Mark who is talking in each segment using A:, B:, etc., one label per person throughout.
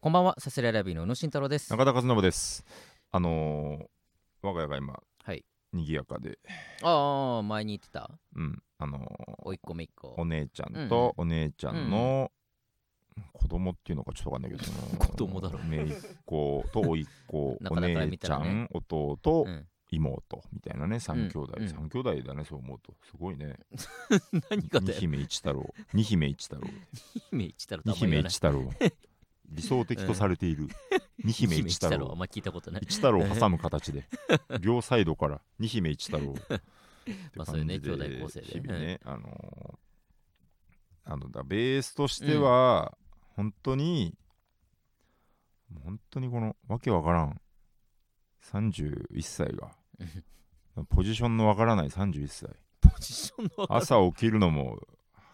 A: こんばんは、サスレラビーの宇野慎太郎です。
B: 中田和信です。あのー、我が家が今、
A: はい
B: 賑やかで、
A: ああ、前に言ってた、
B: うん、あのー
A: おいっ子めいっ子
B: お。姉ちゃんとお姉ちゃんの子供っていうのかちょっとわかんないけど、その
A: 子供だろ
B: 姪っ子と甥っ 子
A: な
B: お
A: かなか
B: 姉
A: 見た
B: ちゃ
A: ら
B: ん、
A: ね
B: 弟、
A: うん、
B: 妹みたいなね三兄弟、
A: うん
B: 三兄弟だねそう思うとすごいね
A: 何か
B: 二
A: だよ。
B: 姫一太郎二姫一 太郎
A: 姫一太郎と
B: 二
A: あんま
B: 姫
A: 言わな
B: 一
A: い。
B: 太郎理想的とされて いる、二姫一太郎
A: あんま聞いたことない。
B: 一太郎を挟む 形で両サイドから二姫一太郎
A: まあそういうね
B: って感じ
A: 兄弟構成で
B: 日々ね、あのーあのだベースとしては、本当に本当にこのわけわからん31 歳がポジションのわからない31歳
A: ポジションの
B: 朝起きるのも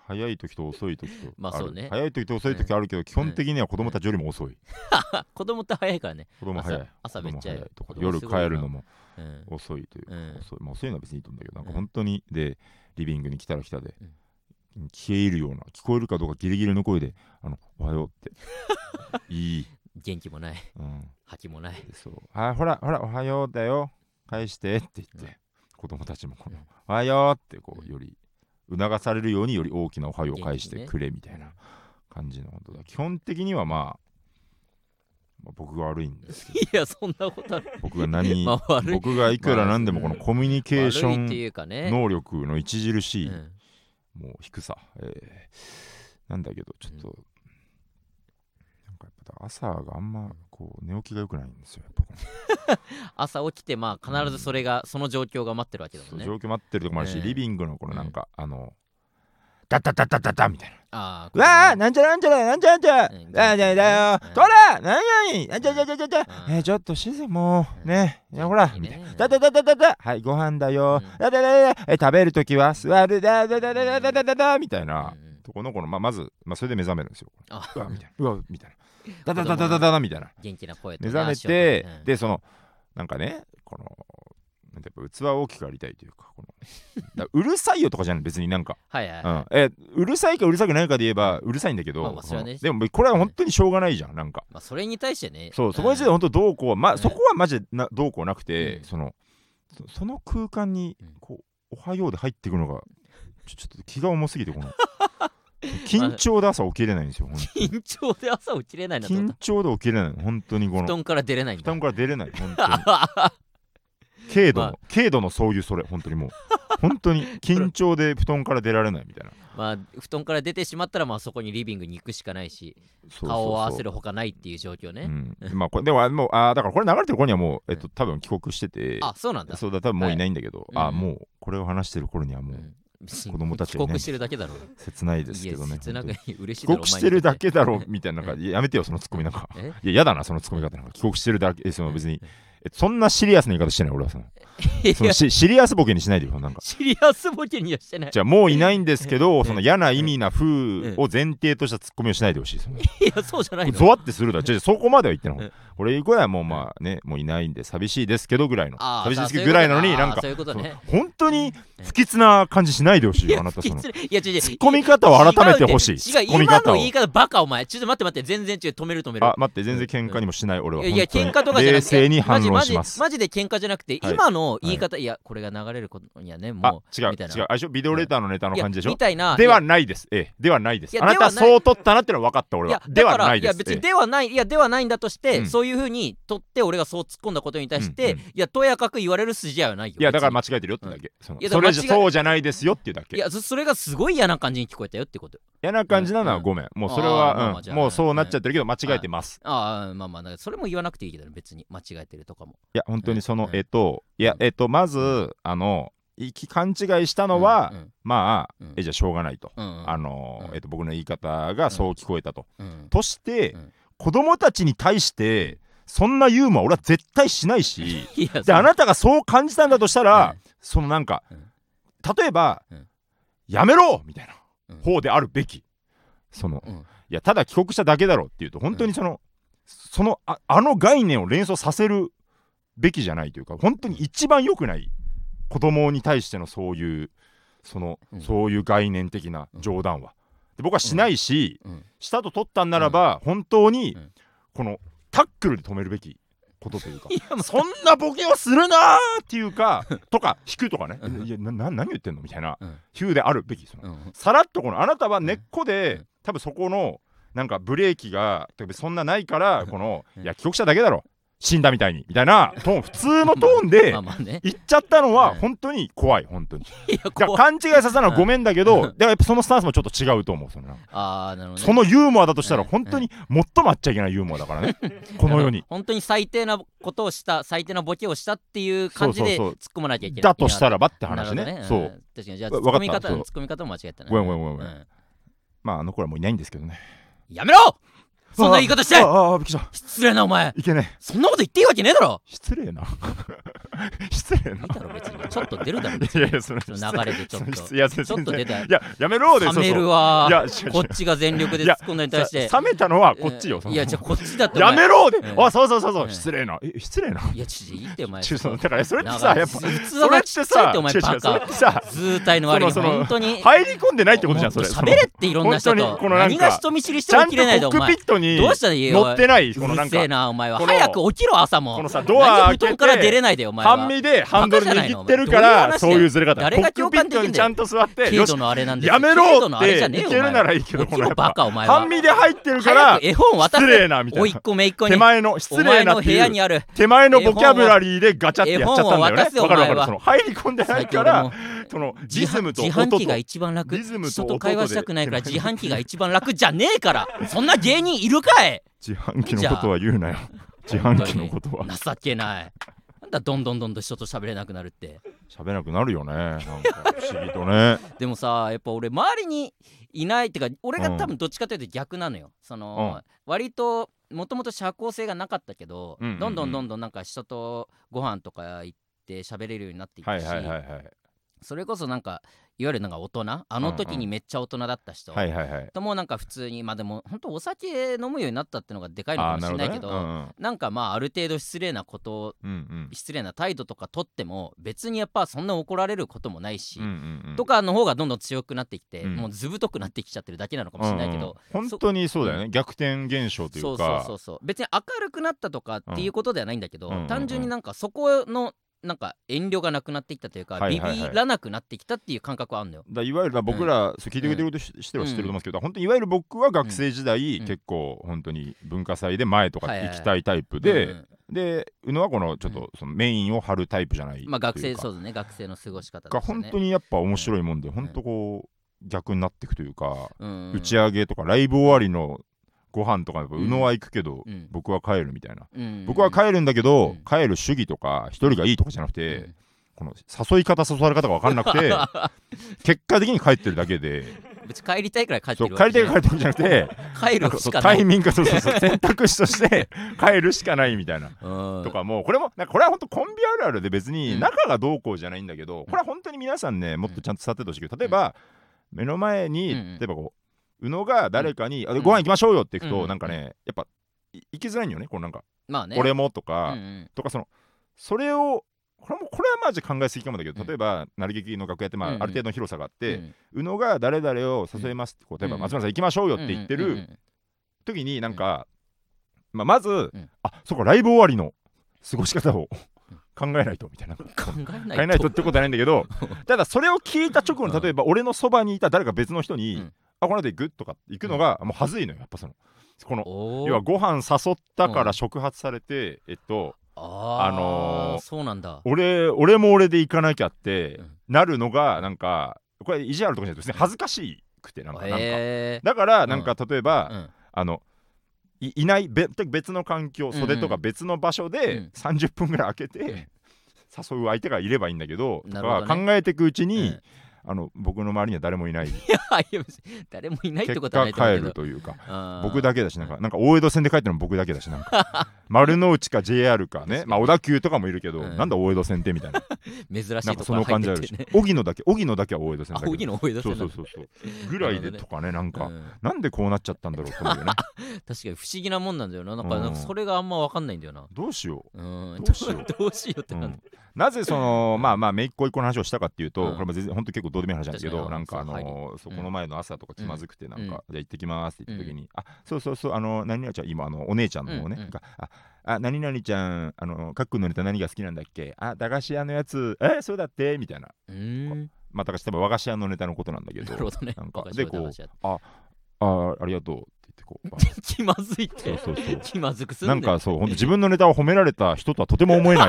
B: 早い時と遅い時と
A: まあ
B: る
A: そうね
B: 早い時と遅い時あるけど、基本的には子供たちよりも遅い、
A: 子供って早いからね。
B: 子供早い
A: 朝朝
B: 子供
A: めっちゃ
B: 早いとか
A: 子供
B: 夜
A: すごいな
B: 帰るのも
A: うん。
B: 遅いというか、
A: うん
B: 遅いまあ、遅いのは別にいいと思うんだけどなん
A: う
B: か
A: ん
B: 本当にでリビングに来たら来たで、
A: うん
B: 消え入るような聞こえるかどうかギリギリの声で「あのおはよう」って いい、
A: 元気もない、
B: うん、
A: 吐きもない。
B: でそう「あほらほらおはようだよ返して」って言って、
A: うん
B: 子供たちもこの
A: うん
B: 「おはよう」ってこ
A: う
B: うんより促されるようにより大きな「おはよう」を返し
A: 元気にね
B: てくれみたいな感じのことだ基本的にはまあまあ僕が悪いんですけど
A: いや、そんなことある。
B: 僕が 何
A: まあ悪い。
B: 僕がいくらなんでもこのコミュニケーショ
A: 悪いって
B: ン
A: いうかね。
B: 能力の著しい、
A: うん
B: もう低さ、えーなんだけどちょっと、なんかやっぱ朝があんまこう寝起きが良くないんですよやっぱこの
A: 朝起きて、まあ必ずそれが、その状況が待ってるわけだもんね
B: 状。況待ってるとこもあるし、
A: ええ
B: リビングのこの
A: うん
B: なんか、あのダッダッダッダッダッダッみたいな
A: あ
B: うわ
A: な
B: あなんちゃらなんちゃらなんちゃらなんちゃら
A: うん
B: だだだよ
A: うん
B: とらなんやいなんちゃらなんちゃらなんちゃら
A: うん
B: えーちょっと静かも
A: うん
B: うねいやほら
A: いい
B: み
A: ね
B: たいなだだだだだだはいご飯だよ
A: うん
B: だだだだだえ食べるときは座るだだだだだだだだだみたいな
A: うんうん
B: とこの子のまあまずまあそれで目覚めるんですよ
A: あ
B: うわみたいなうわみたいなだだだだだだだみたいな
A: 元気な声と
B: 目覚め
A: 足をね
B: て
A: うん
B: でそのなんかねこのなんてやっぱ器を大きくありたいというかこのだうるさいよとかじゃない別になんか
A: はいはい、
B: うん、えうるさいかうるさくないかで言えばうるさいんだけど、
A: まあまあそれはね
B: うんでもこれは本当にしょうがないじゃんなんか
A: まあ、それに対してね
B: そうそこについて
A: ん
B: 本当どうこうは、ま
A: うん
B: あ、そこはマジでなどうこうなくて、
A: うん
B: そのそその空間に
A: うん
B: こう「おはよう」で入ってくるのがちょちょっと気が重すぎ てこの緊張で朝起きれないんですよほんと
A: 緊張で朝起きれないなと思っ
B: 緊
A: た
B: 張で起きれない本当にこ
A: 布
B: の
A: 団から出れないん
B: 布
A: だ
B: 団から出れない本当 に軽度の、
A: ま
B: 軽度のそういうそれ本当にもう本当に緊張で布団から出られないみたいな
A: まあ布団から出てしまったらまあそこにリビングに行くしかないし
B: そうそうそう
A: 顔を合わせるほかないっていう状況ね
B: うん、まあこれでもあもうあーだからこれ流れてる頃にはもう、えっと、多分帰国してて
A: あそうなんだ
B: そうだ多分もういないんだけど、
A: はい
B: あー
A: うん
B: もうこれを話してる頃にはもう
A: 子
B: 供た
A: 帰
B: ちがいない
A: 国してるだけだろう
B: 切ないですけど
A: いや
B: ね
A: 切なく
B: 本当に
A: 嬉しい
B: 帰
A: だろ
B: 国してるだけだろうみたいな
A: う
B: なんかいややめてよそのツッコミなんか
A: お前にとって
B: いややだなそのツッコミ方なんか帰国してるだけえその別にえそんなシリアスな言い方してない俺はその
A: えい
B: その
A: や
B: しシリアスボケにしないでよなんか
A: シリアスボケにはしてない
B: じゃあもういないんですけ
A: う
B: ど
A: ん
B: その嫌な意味な風を前提としたツッコミをしないでほしいその
A: いやそうじゃない
B: ゾ
A: の
B: ワってするだろ。じゃそこまでは言って
A: う
B: なんい。俺以降はもうまあね、もういないんで寂しいですけどぐらいの。
A: あー
B: 寂しいですけどぐらいなのに、
A: あー
B: なんか
A: そういうことね
B: その本当に不吉な感じしないでほしいよ、あなたその。ツ
A: 失礼いや違う違う
B: ッコミ方を改めてほしい。ツ
A: 違う
B: ッコミ
A: 今の
B: 方を
A: 言。い方バカお前ちょっと待って待って全然違う止める止める
B: あ、待って、全然喧嘩にもしない俺は。
A: いやいや、
B: 本当に
A: 喧嘩とかじゃな
B: 冷
A: くて、
B: 静に反論しま
A: い
B: す。
A: やマジマジマジで喧嘩じゃなくて、
B: はい
A: 今の言い方、いや、これが流れることにはね、
B: あ
A: も、う、
B: 違う、違
A: みたいな
B: う。あれでしょビデオレーターのネタの
A: いや
B: 感じでしょ
A: みたいな。
B: ではいないです。ええ、ではないで
A: い
B: す。
A: や
B: あな
A: では
B: た
A: ない
B: そう取ったなってのは分かった俺
A: や
B: は。では
A: だから
B: ないで
A: いや、
B: す。
A: 別
B: え
A: に
B: え
A: ではない、いや、ではないんだとして、
B: うん
A: そういうふうに取って、俺がそう突っ込んだことに対して、
B: うんうん
A: いや、とやかく言われる筋合いはないよ。
B: いや、だから間
A: 別
B: 違えてるよってだけ。その
A: いやだ
B: そ
A: から
B: れ
A: 間違え
B: じゃそうじゃないですよっていうだけ
A: にい。や、そそれがすごい嫌な感じに聞こえたよってこと。
B: 嫌な感じなのはごめん。もうそれは、
A: あー
B: うん
A: まあまあじゃあ
B: もうそうなっちゃってるけど、間違えてます。
A: ああ、まあまあ、だからそれも言わなくていいけどね、別に、間違えてるとかも。
B: いや、本当にそ
A: う
B: の、
A: ん
B: えっと、いや、えっと、まず、あの、いき勘違いしたのは、
A: うん
B: まあ
A: うん、
B: え、じゃあしょうがないと。
A: うんうん
B: あのー
A: うん
B: えっと、僕の言い方がそう聞こえたと。
A: うん
B: として、
A: うん
B: 子供たちに対して、そんなユーモア俺は絶対しないし、
A: いや、
B: で、あ
A: な
B: なたがそう感じたんだとしたら、そのなんか、
A: うん
B: 例えば、
A: うん
B: やめろみたいな
A: うん
B: 方であるべき。その、
A: うん
B: いやただ帰国しただけだろうっていうと本当にその、そのああの概念を連想させるべきじゃないというか本当に一番良くない子供に対してのそういうその、
A: うん
B: そういう概念的な冗談は、で僕はしないし、
A: うんうん
B: したと取ったんならば本当に
A: うん
B: このタックルで止めるべきことというか
A: いやもう
B: そんなボケをするなーっていうかとか引くとかね
A: うん
B: いやなな何言ってんのみたいな
A: うん
B: ヒューであるべきその
A: うん
B: さらっとこのあなたは根っこ
A: う
B: で
A: ん
B: 多分そこのなんかブレーキが特にそんなないからこの
A: うん
B: いや帰国者だけだろ死んだみたいにみたいなト ーン普通のトーンで
A: まあまあね
B: 言っちゃったのは
A: うん
B: 本当に怖い本当に
A: いや
B: だから
A: 怖い
B: 勘違いさせたのはごめんだけど
A: うん
B: だからやっぱそのスタンスもちょっと違うと思うその
A: ああなるほどね
B: そのユーモアだとしたら
A: うん
B: 本当に最もあっちゃいけないユーモアだからねこの世に
A: 本当に最低なことをした最低なボケをしたっていう感じで
B: そう
A: 突
B: そう
A: っ込まなきゃいけない
B: だとした
A: ら
B: らばって話ねそ
A: 確
B: う
A: かにじゃあ
B: わ
A: 突っ
B: わか
A: 込
B: った
A: み方
B: そう
A: 突っ込み方も間違えたね
B: ごめんごめんごめんごめん
A: うん
B: まああの頃はもういないんですけどね
A: やめろそんな言い方して
B: ああああびっくりした
A: 失礼なお前
B: いけねえ
A: そんなこと言っていいわけねえだろ
B: 失礼な 失礼
A: い
B: ない
A: だろ別にちょっと出るだろ別に
B: いやいやその
A: その流れでちょっと
B: そのいや全
A: ちょっと出
B: 然
A: た
B: いややめろで
A: 冷める
B: わ
A: わ
B: いや違う違う
A: こっちが全力で突っ込んだに対して
B: 冷めたのはこっちよ
A: えー
B: その
A: いやじゃあこっちだってお
B: や
A: 前
B: めろで
A: うん
B: あそうそうそうそううん失礼なえ失礼ない
A: やちょっといいってお前
B: ちゅうそのだからそれってさ
A: なんか
B: やっぱ
A: 器
B: それ
A: が
B: っ
A: ち
B: て
A: っちゃいっ
B: さ
A: てお前
B: 違う違
A: バ
B: うそれっ
A: カ
B: てさ
A: 図体の悪いに
B: そのその
A: 本当に
B: 入り込んでないってことじゃんそれ
A: もっと喋れっていろんな人
B: 本当
A: と
B: にこのなんか
A: 何が人見知りし
B: そ
A: て
B: の
A: も切れない
B: ち
A: で
B: ゃん
A: お
B: とコッ
A: 前
B: クピットに
A: どうしたらいいよ
B: 乗ってないこの
A: う
B: な
A: る
B: ん
A: せえ
B: か
A: なお前は
B: この
A: 早く起きろ朝も
B: このさドア
A: 何で布団から
B: 開け
A: 出
B: て
A: れないでお前は
B: 半身でハンドル握ってるか
A: バカ
B: ら
A: じゃ
B: そ
A: な
B: う
A: いの
B: いうずれ方コ
A: どういう話だよ
B: ックピットにちゃんと座ってよ
A: 軽
B: し
A: 度のあれなんですよ
B: やめ
A: 軽
B: ろ
A: 度の
B: っ
A: あれじゃね
B: て
A: え
B: い
A: よ
B: けるならいいけど
A: 起き
B: この
A: ろ
B: やっ
A: バ
B: ぱ
A: カお前は
B: 半身で入ってるか
A: 早
B: ら
A: く絵本渡せ
B: 失礼なみた
A: おい
B: い
A: っ
B: な
A: 子めいっ子に
B: 手前の
A: お
B: 失礼
A: 前
B: な
A: の
B: っ
A: 部
B: てい
A: 屋に
B: う
A: ある
B: 手前のボキャブラリーでガチャってやっちゃったんだよね
A: 絵本を
B: わかるわか
A: 絵本を渡せお前
B: る
A: は
B: その入り込んでない
A: 最
B: か
A: 近俺
B: ら
A: も
B: その
A: 自
B: リズムと
A: 自販
B: 音と
A: 機が一番楽
B: リズムと
A: 人
B: 音
A: と
B: で
A: 会話したくないから
B: 手
A: 自
B: 前に
A: 販機が一番楽じゃねえからそんな芸人いるかい
B: 自販機のことは言うなよ自販機のことは
A: 情けないなんだどんどんどんどん人と喋れなくなるって
B: 喋れなくなるよねなんか不思議 とね
A: でもさやっぱ俺周りにいないってか俺が多分どっちかというと逆なのよその、割ともともと社交性がなかったけど、
B: うんうんうん
A: どんどんどんどんなんか人とご飯とか行って喋れるようになってい
B: は
A: く
B: い
A: し、
B: はいはいはい
A: それこそなんかいわゆるなんか大人あの時にめっちゃ大人だった人、
B: はいはいはい
A: ともなんか普通にまあでも本当お酒飲むようになったってのがでかいの
B: あ
A: か
B: あ
A: もし
B: な
A: れ
B: る
A: な
B: ほど
A: いけど
B: ねうん
A: な
B: うん
A: んかまあある程度失礼なことを
B: うん
A: 失礼な態度とか取っても別にやっぱそんな怒られることもないし、
B: うんうんうん
A: とかの方がどんどん強くなってきて、
B: うん
A: もうずぶとくなってきちゃってるだけなのかもしれないけど、
B: うんうん本当にそうだよね逆転現象とい
A: そううそう
B: か
A: そうそう別に明るくなったとかっていうことではないんだけど、
B: うんうんうんうん
A: 単純になんかそこのなんか遠慮がなくなってきたというか、
B: はいはいはい
A: ビビらなくなってきたっていう感覚はあるのよ。
B: だいわゆるだ僕ら、そう聞いてくれてることししては知ってると思うんですけど、本当にいわゆる僕は学生時代、
A: うん
B: 結構本当に文化祭で前とか
A: はいはい
B: 行
A: はい
B: きたいタイプで、
A: うん
B: で宇野はこのちょっとそのメインを張るタイプじゃない
A: まあ学生
B: とい
A: そううだね学生の過ごし方
B: かが
A: ですよ
B: 本
A: ね
B: 当にやっぱ面白いもんで、本当こう逆になっていくというか、
A: うん
B: 打ち上げとかライブ終わりのご飯とかやっぱ
A: うん
B: 宇野は行くけど、
A: うん
B: 僕は帰るみたいな、
A: うん
B: 僕は帰るんだけど、
A: うん
B: 帰る主義とか一人がいいとかじゃなくて、
A: うん
B: この誘い方誘われ方が分かんな くて結果的に帰ってるだけで
A: 別に帰りたいくらい帰っ
B: そ
A: て
B: う
A: る
B: 帰りたい
A: じ
B: か
A: ゃ
B: ら帰ってるんじゃなくて
A: ない帰
B: なんか
A: る
B: そ
A: し
B: う
A: かな
B: タ
A: い
B: イミングがそうそう そう選択肢として帰るしかないみたいな。
A: うん
B: とかもうこれもなんかこれは本当コンビあるあるで別
A: う
B: に
A: ん
B: 仲がどうこうじゃないんだけどこれは本当に皆さんねもっとちゃんと伝ってほしいけど例えば目の前に
A: うんうん
B: 例えばこう宇野が誰かに「あ
A: うん
B: ご飯行きましょうよ」って行く
A: う
B: と
A: ん
B: なんかねやっぱい行きづらいんよねこうなんか
A: まあ
B: 「
A: ね
B: 俺も」とか
A: うんうん
B: とかそのそれをこれもこれはまあじゃあ考えすぎかもだけど
A: うん
B: 例えばなる劇の楽屋ってまあ
A: う
B: あ
A: んうん
B: る程度の広さがあっ
A: う
B: て
A: ん
B: 宇野が誰々を誘いますってこう例えば
A: うん
B: 松村さん行きましょうよって言って
A: うんうんう
B: る
A: ん
B: 時になんかまあまず
A: ん
B: あそうかライブ終わりの過ごし方を 考えないとみたいな。
A: うん考え
B: 変え
A: な
B: ない
A: と
B: いとってことはないんだけ どただそれを聞いた直後
A: うん
B: に例えば俺のそばにいた誰か別の人に「
A: うん
B: あこの後行く?」とか行くのがもう恥ずいのよやっぱそのこの
A: おー
B: 要はご飯誘ったか
A: うん
B: ら触発されて、えっと
A: あ
B: あの
A: ー
B: ー
A: そうなんだ
B: 俺俺も俺で行かなきゃって、
A: うん
B: なるのがなんかこれ意地悪とかじゃなくて別に恥ずかしくてなんか,、なんか
A: へえ
B: だからなんか例えば、
A: うん
B: あのいいないべ別の環境
A: んうん
B: 袖とか別の場所
A: う
B: で
A: ん
B: 30分ぐらい空けて、
A: うん
B: 誘う相手がいればいいんだけど
A: な
B: と
A: るほ
B: か
A: どね
B: 考えていくうちに、
A: うん
B: あの僕の周りには誰もいない
A: いやいや別に誰もいないって
B: 結
A: ことは
B: 果
A: ないと思うけ
B: 帰
A: ど
B: るというか
A: あー
B: 僕だけだしなんかなんか大江戸線で帰ってるのも僕だけだしなんか丸の内か JR か
A: 確か
B: ね、
A: に
B: まあ、小田急とかもいるけど、
A: うん
B: なんだ大江戸線ってみたいな
A: 珍し
B: なん
A: い
B: か
A: と
B: そ
A: ころ
B: の
A: 入
B: 感じあ
A: っ
B: る
A: てて
B: でし
A: ね
B: ょ荻野だけ荻野だけは大江戸線
A: あ
B: だけど
A: 荻野思い出せ
B: そ
A: な
B: う
A: い
B: そうそうそうぐらいでとかねなんか、
A: うん
B: なんでこうなっちゃったんだろうと思うよ ね
A: 確かに不思議なもんなんだよななんか
B: うん
A: なんかそれがあんま分かんないんだよな
B: どうしよ
A: うん
B: どうしよ
A: どうしようって
B: う、う
A: なんだ
B: ん、なぜそのまあまあめいっ子一個の話をしたかっていうと、
A: うん
B: これも全然本当結構どうでもいい話なんですけ
A: 確か
B: ど
A: に
B: なんかあ
A: そう
B: のそこの前の朝とか気まずくてなんか、
A: うん
B: じゃあ行ってきますって言った時に、あそうそうそうあの何々ちゃん今あのお姉ちゃんの方ね、
A: うんうん
B: がああ何々ちゃんあのかっくんのネタ何が好きなんだっけあ駄菓子屋のやつえそうだってみたいな
A: うーん
B: まあだから多分和菓子屋のネタのことなんだけど
A: なるほどね
B: なんか
A: 若
B: で
A: い
B: こう
A: 人たち
B: ああありがとうって言ってこう あ
A: だ気まずいっ
B: そう
A: て
B: そうそう
A: 気まずくすん
B: な
A: だよ
B: んかそう、ほんと自分のネタを褒められた人とはとても思えない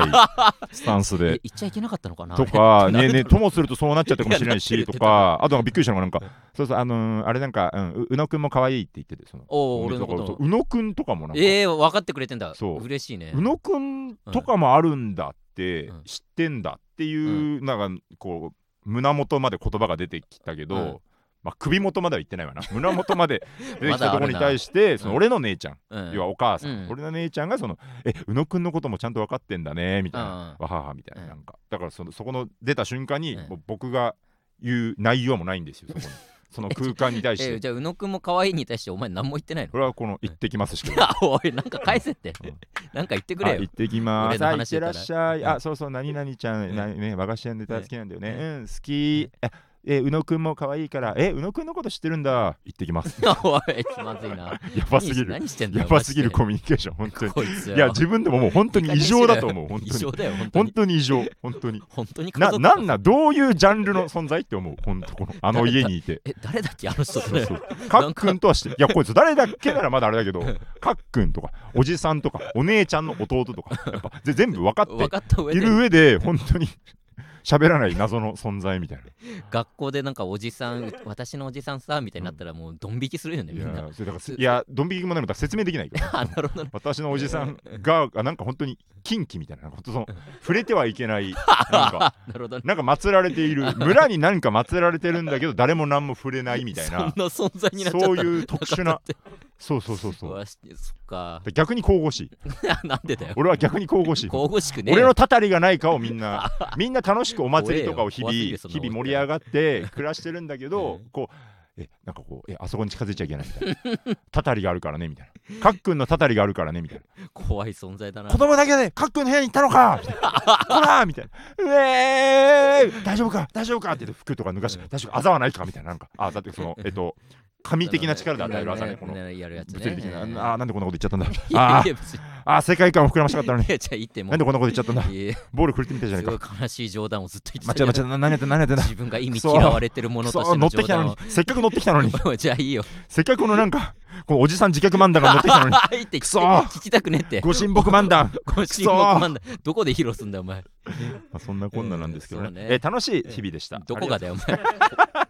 B: スタンス
A: え
B: で。
A: 言っちゃいけなかったのか な
B: とか、
A: あれ
B: ねね、ともするとそうなっちゃったかもしれない
A: い
B: し、
A: やなって
B: と
A: る
B: か、あとなんかびっくりしたのが、なんか、そうそう、あのーあれなんか、うん、う宇野くんも可愛いって言ってて、その、
A: おお
B: そ
A: 俺
B: う
A: のこ
B: そ
A: と
B: う宇野くんとかもなんか、
A: ええ分かってくれてんだ
B: そう
A: 嬉しいね
B: 宇野くんとかもあるんだって、
A: うん
B: 知ってんだっていう、なんか、こう、胸元まで言葉が出てきたけど、
A: うん
B: まあ、首元までは言ってない わな胸元まで出てき
A: ま
B: た
A: だ
B: と
A: あ
B: ころ
A: る
B: に
A: な
B: 対して、その
A: うん
B: 俺の姉ちゃん
A: うん
B: 要はお母さん、
A: うん
B: 俺の姉ちゃんがその「え宇野くんのこともちゃんと分かってんだね」みたいな、
A: うん
B: わははみたいな,、
A: うん
B: なんかだからそのそこの出た瞬間に、
A: うん
B: もう僕が言う内容もないんです よそこにその空間に対し
A: え
B: て、
A: じゃあ宇野くんも可愛いに対してお前何も言ってないの
B: これはこの「行って きます」しか言わ
A: あおいなんか返せって
B: うん
A: なんか言ってく
B: な
A: れ
B: いあ
A: よ
B: 行ってきま
A: 俺
B: す。
A: の
B: あ
A: 話
B: 行ってらっしゃ
A: だっ
B: い。
A: たら
B: あ、そうそう、何々ちゃん、
A: うん
B: なね、和菓子屋のネタ好きなんだよね。
A: う
B: うん、好き。え、え宇野くんも可愛いから、え、宇野くんのこと知ってるんだ。行ってきます。
A: おい気まずいな
B: やばすぎる。
A: 何してんだ
B: や
A: よ
B: ばすぎる
A: マ
B: コミュニケーション、本当に
A: ジ。でこいつ
B: いや、自分でももう本当に異常だと思う、本
A: 異
B: 当に
A: 常。だよ本当
B: 本
A: に
B: 当に異常、本当に。
A: 本当に家
B: な
A: 族
B: なんなどういうジャンルの存在って思う本当このあの家にいて
A: え誰だっけあの人そ
B: そう
A: れ
B: そうかっくんとはしていやこいつ誰だっけならまだあれだけどかっくんとかおじさんとかお姉ちゃんの弟とかやっぱぜ全部分か
A: 分
B: っ
A: かった上
B: てい
A: で
B: る上で本当に喋らない謎の存在みたい
A: 学校でなんかおじさん私のおじさんさみたいになったらもうドン引きするよねみ
B: な
A: んない
B: やそれだからいやドン引きもないもんだから説明できないから
A: あなるほどね
B: 私のおじさんがあなんか本当に近畿みたいななんか本当その触れてはいけないなん か
A: なるほどね
B: なんか祀られている村に何か祀られてるんだけど誰も何も触れないみたい
A: そん
B: な
A: な存在になっちゃった
B: そういう特殊なそうそうそうそう
A: わしそっか
B: で逆に神々しい
A: なんでだよ
B: 俺は逆に神々しい
A: 神々しくねえ
B: 俺のたたりがないかをみ んなみんな楽しくお祭りとかを日々
A: 怖え
B: 日
A: よ怖すぎる
B: 々盛り上がって暮らしてるんだけど、
A: うん
B: こうえなんかこうえあそこに近づいちゃいけないみたいなたたりがあるからねみたいなかっくんのたたりがあるからねみたいな
A: 怖い存在だな
B: 子供だけでかっくんの部屋に行ったのかみたいなこらみたいなうえーい大丈夫か大丈夫かって言って服とか脱がして
A: うん
B: 大丈夫あざはないかみたいななんかあだっ てそのえっと神的な力で与える技ねこの
A: やるやつね
B: 物理的な、
A: うん
B: あなんでこんなこと言っちゃったんだ
A: いや
B: あ
A: いや別に
B: あー世界観を膨らましたかったのに
A: いやじゃあ言っても
B: なんでこんなこと言っちゃったんだ
A: いやいや
B: ボールくれてみたじゃな
A: す
B: い
A: ごい
B: か。
A: 悲しい冗談をずっと言
B: 間
A: っ
B: 違え
A: て
B: 間
A: た
B: 違え何やってんだ何やってんだ。
A: 自分が意味
B: そう
A: 嫌われてるものとし
B: そう
A: て
B: 乗
A: の
B: って
A: 冗
B: きたの
A: 談
B: に
A: を
B: せっかく乗ってきたのに
A: じゃあいいよ
B: せっかくこのなんかこのおじさん自虐漫談が乗って きたのに
A: あいって聞
B: く
A: き
B: そ
A: 聞きたくねって
B: ご神木漫談、
A: ご
B: そ
A: 神木なんだどこで披露すんだよお前
B: まあ、そんなこんななんですけどね,、
A: うんそうね
B: えー楽しい日々でした、
A: どこが
B: で
A: だ よお前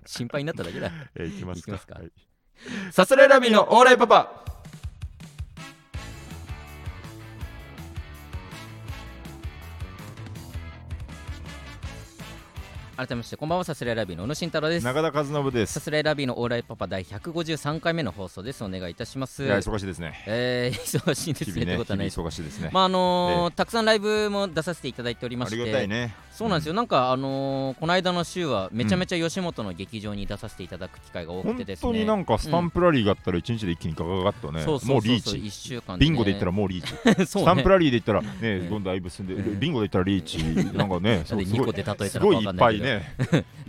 A: 心配になっただけだ
B: えー、いきます
A: いき
B: か
A: ますか
B: はい
A: さすらいラビーのオーライパパ改めましてこんばんはさすらいラビーの小野慎太郎です
B: 中田和信で
A: さ
B: す
A: すらいラビーのオーライパパ第153回目の放送ですお願いいたします
B: いや忙しいですね
A: えー、忙しいです
B: 日
A: ね
B: 々
A: ってことは
B: ね日々
A: ないです
B: 忙しいですね、
A: まああのーたくさんライブも出させていただいておりま
B: あ
A: して
B: りがたいね
A: そうなんですよ、なんかあのーこの間の週はめちゃめちゃ吉本の劇場に出させていただく機会が多く
B: 本
A: てですね、
B: 当になんかスタンプラリーがあったら一日で一気にガガガガッとね、
A: そうそうそうそう
B: もうリーチ
A: 一週間で
B: ビ
A: ね
B: ンゴで言ったらもうリーチ、
A: そう
B: ス
A: ね
B: タンプラリーで言ったらね、
A: うん
B: どんだいぶ進んで、
A: うん
B: ビンゴで言ったらリーチ、なんか
A: な
B: ね、
A: んで
B: そうすご
A: 2
B: い
A: 個で例え
B: す
A: たの
B: ご
A: か分
B: いい
A: か
B: っ
A: んな
B: ぱ
A: い
B: い
A: けど
B: ね。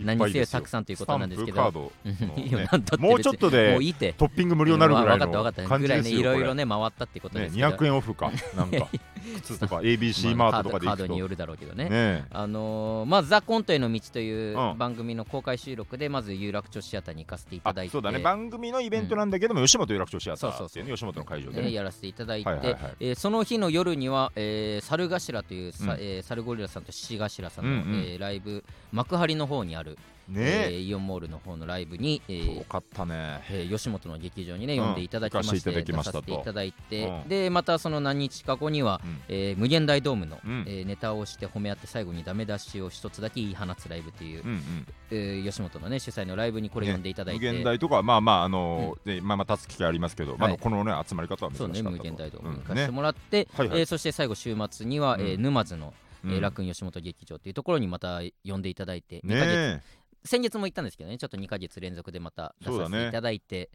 A: 何せよ
B: ぱ
A: た
B: いですよ
A: くさんということなんですけ
B: スタン
A: ど
B: プカード
A: うん いい
B: もう
A: よ
B: ね
A: なんだって
B: もうちょっと
A: 別に
B: で
A: もういいって
B: トッピング無料になるぐらい
A: うんわかった分
B: の
A: かった
B: 感
A: ぐ
B: じ
A: ら
B: で
A: い
B: す
A: ね
B: よ。
A: いろいろ
B: ね、
A: ね回ったってこと
B: ね
A: ですけど
B: 200円オフか、な んか靴とか ABC マ
A: まあ
B: ートとかで
A: カー
B: 行
A: ド
B: く
A: によ
B: と。
A: るだろうけどね
B: ね
A: あのーまあ「ザ・コントへの道」という
B: うん
A: 番組の公開収録でまず有楽町シアターに行かせていた
B: あ
A: だいて
B: そうだね番組のイベントなんだけども、吉本有楽町シアターっていうね
A: そ
B: 吉本の会場で
A: ね、
B: ね
A: やらせていただいて、
B: はいはいはい
A: えーその日の夜には、えー、猿頭というさ、
B: うん
A: えー猿ゴリラさんと獅子頭さんの、
B: うんうん
A: えーライブ幕張の方にある、えー
B: ね
A: イオンモールの方のライブに、え
B: え
A: ー
B: 遠かったね
A: えー吉本の劇場にね
B: うん
A: 呼んでいただきまして,、
B: 行かせていただきましたと
A: 出させていただいて、
B: うん
A: でまたその何日か後には、
B: うん
A: えー無限大ドームの、
B: うん
A: えーネタをして褒め合って最後にダメ出しを一つだけ言い放つライブっていう、
B: うんうん
A: えー吉本のね主催のライブにこれ呼んでいただい
B: 無
A: て、
B: 限大とかはまあまああのーでまあまあ立つ機会ありますけど、ま
A: は
B: あ
A: い
B: このね集まり方は珍し
A: そう
B: かった
A: ね
B: と
A: 無限大ドームに行
B: う
A: か
B: ん
A: せて
B: ね
A: もらって、
B: はいはい
A: えーそして最後週末には、えー
B: うん
A: 沼津の、えー
B: うん
A: 楽園吉本劇場っていうところにまた呼んでいただいて、二ヶ月
B: ねえ
A: 先月も行ったんですけどねちょっと2か月連続でまた出させていただいて、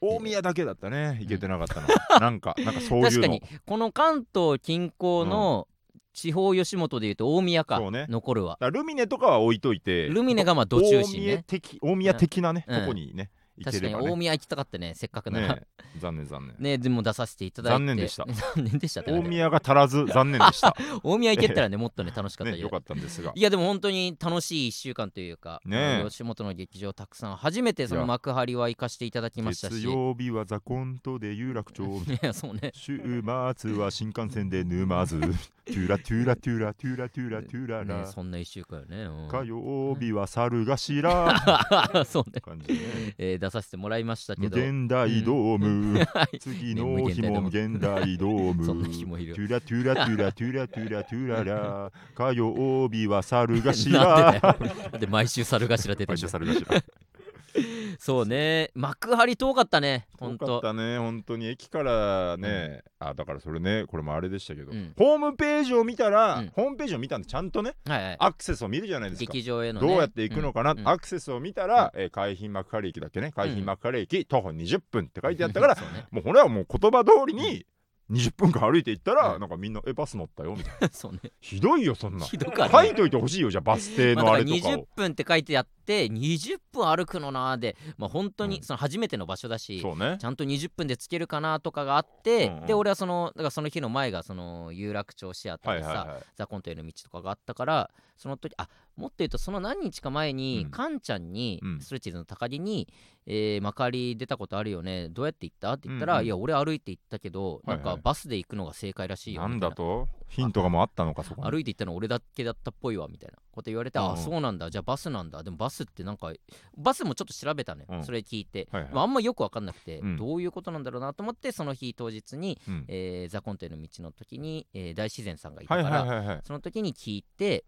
B: 大宮だけだったね行けてなかったの、なんかなんかそういうの
A: 確かにこの関東近郊の地方吉本でいうと大宮か、
B: そうね
A: 残るは
B: だからルミネとかは置いといて
A: ルミネがまあど中心
B: 大宮
A: ね
B: 的大宮的なね、
A: うん
B: とこにね行け
A: 確か
B: れ
A: に
B: ばね
A: 大宮行きたかったねせっかくなら
B: ねえ残念残念
A: ねでも出させていただいて
B: 残念でした
A: 残 念でしたってな
B: 大
A: んだよ
B: 宮が足らず残念でした、
A: 大宮行けたらねもっとね楽しかった
B: ね、
A: よ
B: よかったんですが
A: いやでも本当に楽しい1週間というか、
B: ねえ
A: あの吉本の劇場たくさん初めてその幕張は行かしていただきましたし
B: 月曜日はザコントで有楽町
A: ねそうね
B: 週末は新幹線で沼津トゥラトゥラトゥラトゥラトゥラトゥラ
A: ね
B: ラ
A: そんな1週間よね、うん
B: 火曜日は猿頭
A: そうね、
B: 感じね
A: えー出させてもらいましたけ
B: 無
A: ど
B: 限大ドーム
A: はい
B: 次の日も無限大ドーム
A: そんな日もいる
B: トゥラトゥラトゥラトゥラトゥラトゥ ララ火曜日は猿
A: なんで
B: 頭
A: だよなんで毎週猿頭出て
B: 毎
A: る
B: 週猿頭
A: そうね幕張遠かったね本
B: 遠かっ
A: 当
B: たね本当に駅からね、あだからそれねこれもあれでしたけど、
A: うん
B: ホームページを見たら、
A: うん
B: ホームページを見たんでちゃんとね
A: はいはい
B: アクセスを見るじゃないですか、
A: 劇場への、
B: ど
A: ね、
B: うやって行くのかな、
A: うん
B: アクセスを見たら、えー海浜幕張駅だっけね海浜幕張駅、徒歩20分って書いてあったから、
A: そうね
B: もうこれはもう言葉通りに20分間歩いて行ったら、
A: うん
B: なんかみんな「えバス乗ったよ」みたい な
A: そうね
B: ひどいよそんな
A: ひどかった、
B: 書いといてほしいよじゃあバス停
A: まあ、
B: のあ
A: だから
B: れとか
A: 20
B: を、
A: 分って書いてあって20分歩くのなーで、まあ、本当
B: う
A: に
B: ん
A: その初めての場所だし、
B: そうね
A: ちゃんと20分でつけるかなとかがあって、
B: うんうん
A: で俺はそのだからその日の前がその有楽町シアター
B: は
A: で
B: い
A: さ、
B: はいはい
A: ザコントへの道とかがあったからその時あもっと言うとその何日か前に、
B: うん
A: カンちゃんに、
B: うん
A: ストレッチーズの高木に「えー、まかり出たことあるよねどうやって行った?」って言ったら、
B: うんうん
A: いや俺歩いて行ったけど、
B: はいはい
A: なんかバスで行くのが正解らしいよ」
B: なん
A: みたい
B: だ
A: な
B: とヒントがもうあったのかそこに
A: 歩いて行ったの俺だけだったっぽいわみたいなこと言われて、
B: うんうん
A: あそうなんだじゃあバスなんだでもバスってなんかバスもちょっと調べたね、
B: うん
A: それ聞いて、
B: はいはい
A: まあ、あんまよく分かんなくて、
B: うん
A: どういうことなんだろうなと思ってその日当日に、
B: うん
A: えーザ・コンテの道の時に、えー大自然さんがいた
B: は
A: か
B: い
A: ら、
B: はいはいはい
A: その時に聞いて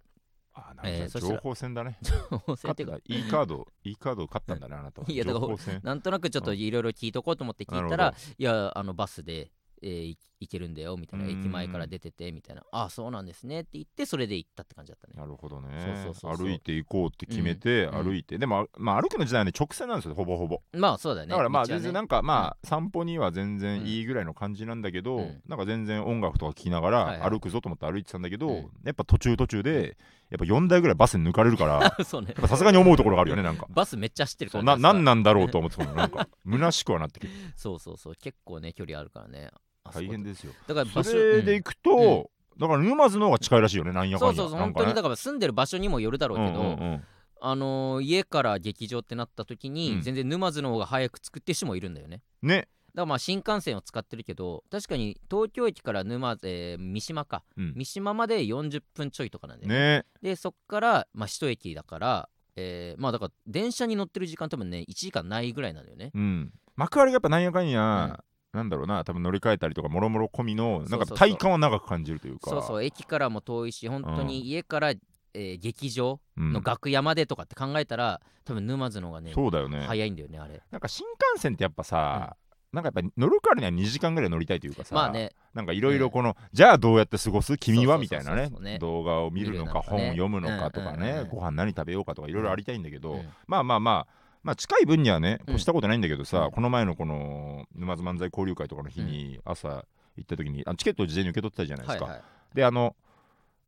B: あなん
A: えー
B: か
A: そした
B: 情
A: ら
B: 報戦だね。
A: そう
B: 勝っ
A: って
B: て
A: いう
B: た
A: か。
B: E カード、E カード買ったんだね、あなた は。
A: いやだから
B: 情報戦。
A: なんとなくちょっと
B: うん
A: いろいろ聞いとこうと思って聞いた
B: な
A: ら
B: る
A: 「いやあのバスで、えーい行けるんだよ」みたいな「
B: うんうんうん
A: 駅前から出てて」みたいな「あそうなんですね」って言ってそれで行ったって感じだったね。
B: なるほどね
A: そうそうそうそう
B: 歩いて行こうって決めて、
A: うん
B: 歩いてでも、あまあ、歩くの時代はね直線なんですよほぼほぼ
A: まあそうだよね。
B: だからまあ
A: 道は
B: 全
A: ね
B: 然なんか、まあ散歩には全然いいぐらいの感じなんだけど、
A: うん
B: なんか全然音楽とか聴きなが
A: はいは
B: ら
A: い
B: 歩くぞと思って歩いてたんだけど、
A: うん
B: やっぱ途中途中でやっぱ4台ぐらいバスに抜かれ るからやっ
A: そうね。
B: ぱさすがに思うところがあるよねなんか。
A: バスめっちゃ走ってるか
B: そう
A: ら
B: な
A: ね
B: なんなんだろうと思ってたのなんか虚しくはなってきて
A: そうそうそう結構ね距離あるからね あそこ
B: 大変ですよ
A: だから
B: そ
A: 場所
B: れで行くと、だから沼津の方が近いらしいよねなん
A: うん
B: やか
A: そ
B: んや
A: うそうそう
B: な
A: 本
B: ん
A: 当
B: かね
A: にだから住んでる場所にもよるだろうけど、
B: うんうんうん
A: あのー家から劇場ってなった時に、
B: うん
A: 全然沼津の方が早く作ってる人もいるんだよね
B: ね、
A: だからまあ新幹線を使ってるけど確かに東京駅から沼津、えー三島か
B: うん
A: 三島まで40分ちょいとかなんで、
B: ね
A: でそっから、まあ、首都駅だから、えーまあだから電車に乗ってる時間多分ね1時間ないぐらいなんだよね
B: うん幕張がやっぱなんやかんや、なんだろうな多分乗り換えたりとかもろもろ込みのなん
A: そう
B: か
A: そうそう
B: 体感は長く感じるというか
A: そうそう駅からも遠いし本当に家から、えー劇場
B: うん
A: の楽屋までとかって考えたら、多分沼津の方がね
B: そうだよね
A: 早いんだよねあれ
B: なんか新幹線ってやっぱさ、なんかやっぱ乗るからには2時間ぐらい乗りたいというかさ、
A: まあね
B: なんかいろいろこの、じゃあどうやって過ごす君は
A: そう
B: み
A: そ
B: た
A: うそう
B: い
A: そ
B: な
A: う
B: ね
A: ね
B: 動画を見る
A: 見る
B: のか
A: のかね
B: 本読むのかとかね、
A: うんうんうん
B: ご飯何食べようかとかいろいろありたいんだけど、
A: うん
B: まあまあまあまあ近い分にはね
A: うん
B: 越したことないんだけどさ、
A: うん
B: この前のこの沼津漫才交流会とかの日に朝行った時にあチケットを事前に受け取ってたじゃないで
A: は
B: す
A: い
B: か、
A: はい
B: であの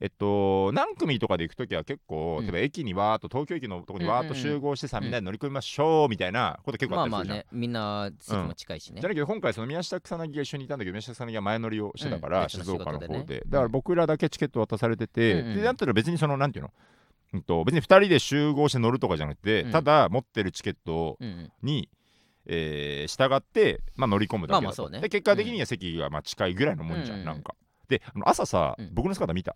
B: えっと何組とかで行く時は結構、
A: うん
B: 例えば駅にわーっと東京駅のとこにわーっと集合してさ、
A: うんうんうん
B: みんなで乗り込みましょうみたいなこと結構
A: ま
B: あっ
A: あ
B: た
A: ますあ
B: りるじゃん。
A: ねみんな席も近いしね、
B: じゃなきゃ今回その宮下草薙が一緒にいたんだけど宮下草薙が前乗りをしてたから、
A: うん
B: 静岡の方で
A: 別の仕事でね
B: だから僕らだけチケット渡されてて、
A: うんうん
B: でだったら別にそのなんていうの、うん、と別に2人で集合して乗るとかじゃなくて、
A: うん
B: ただ持ってるチケット
A: うんうん
B: に、えー従って、まあ、乗り込むだけだと、
A: まあまあそうね
B: で結果的には席がまあ近いぐらいのもんじゃん、
A: うん
B: なんかであの朝さ、
A: うん
B: 僕の姿見た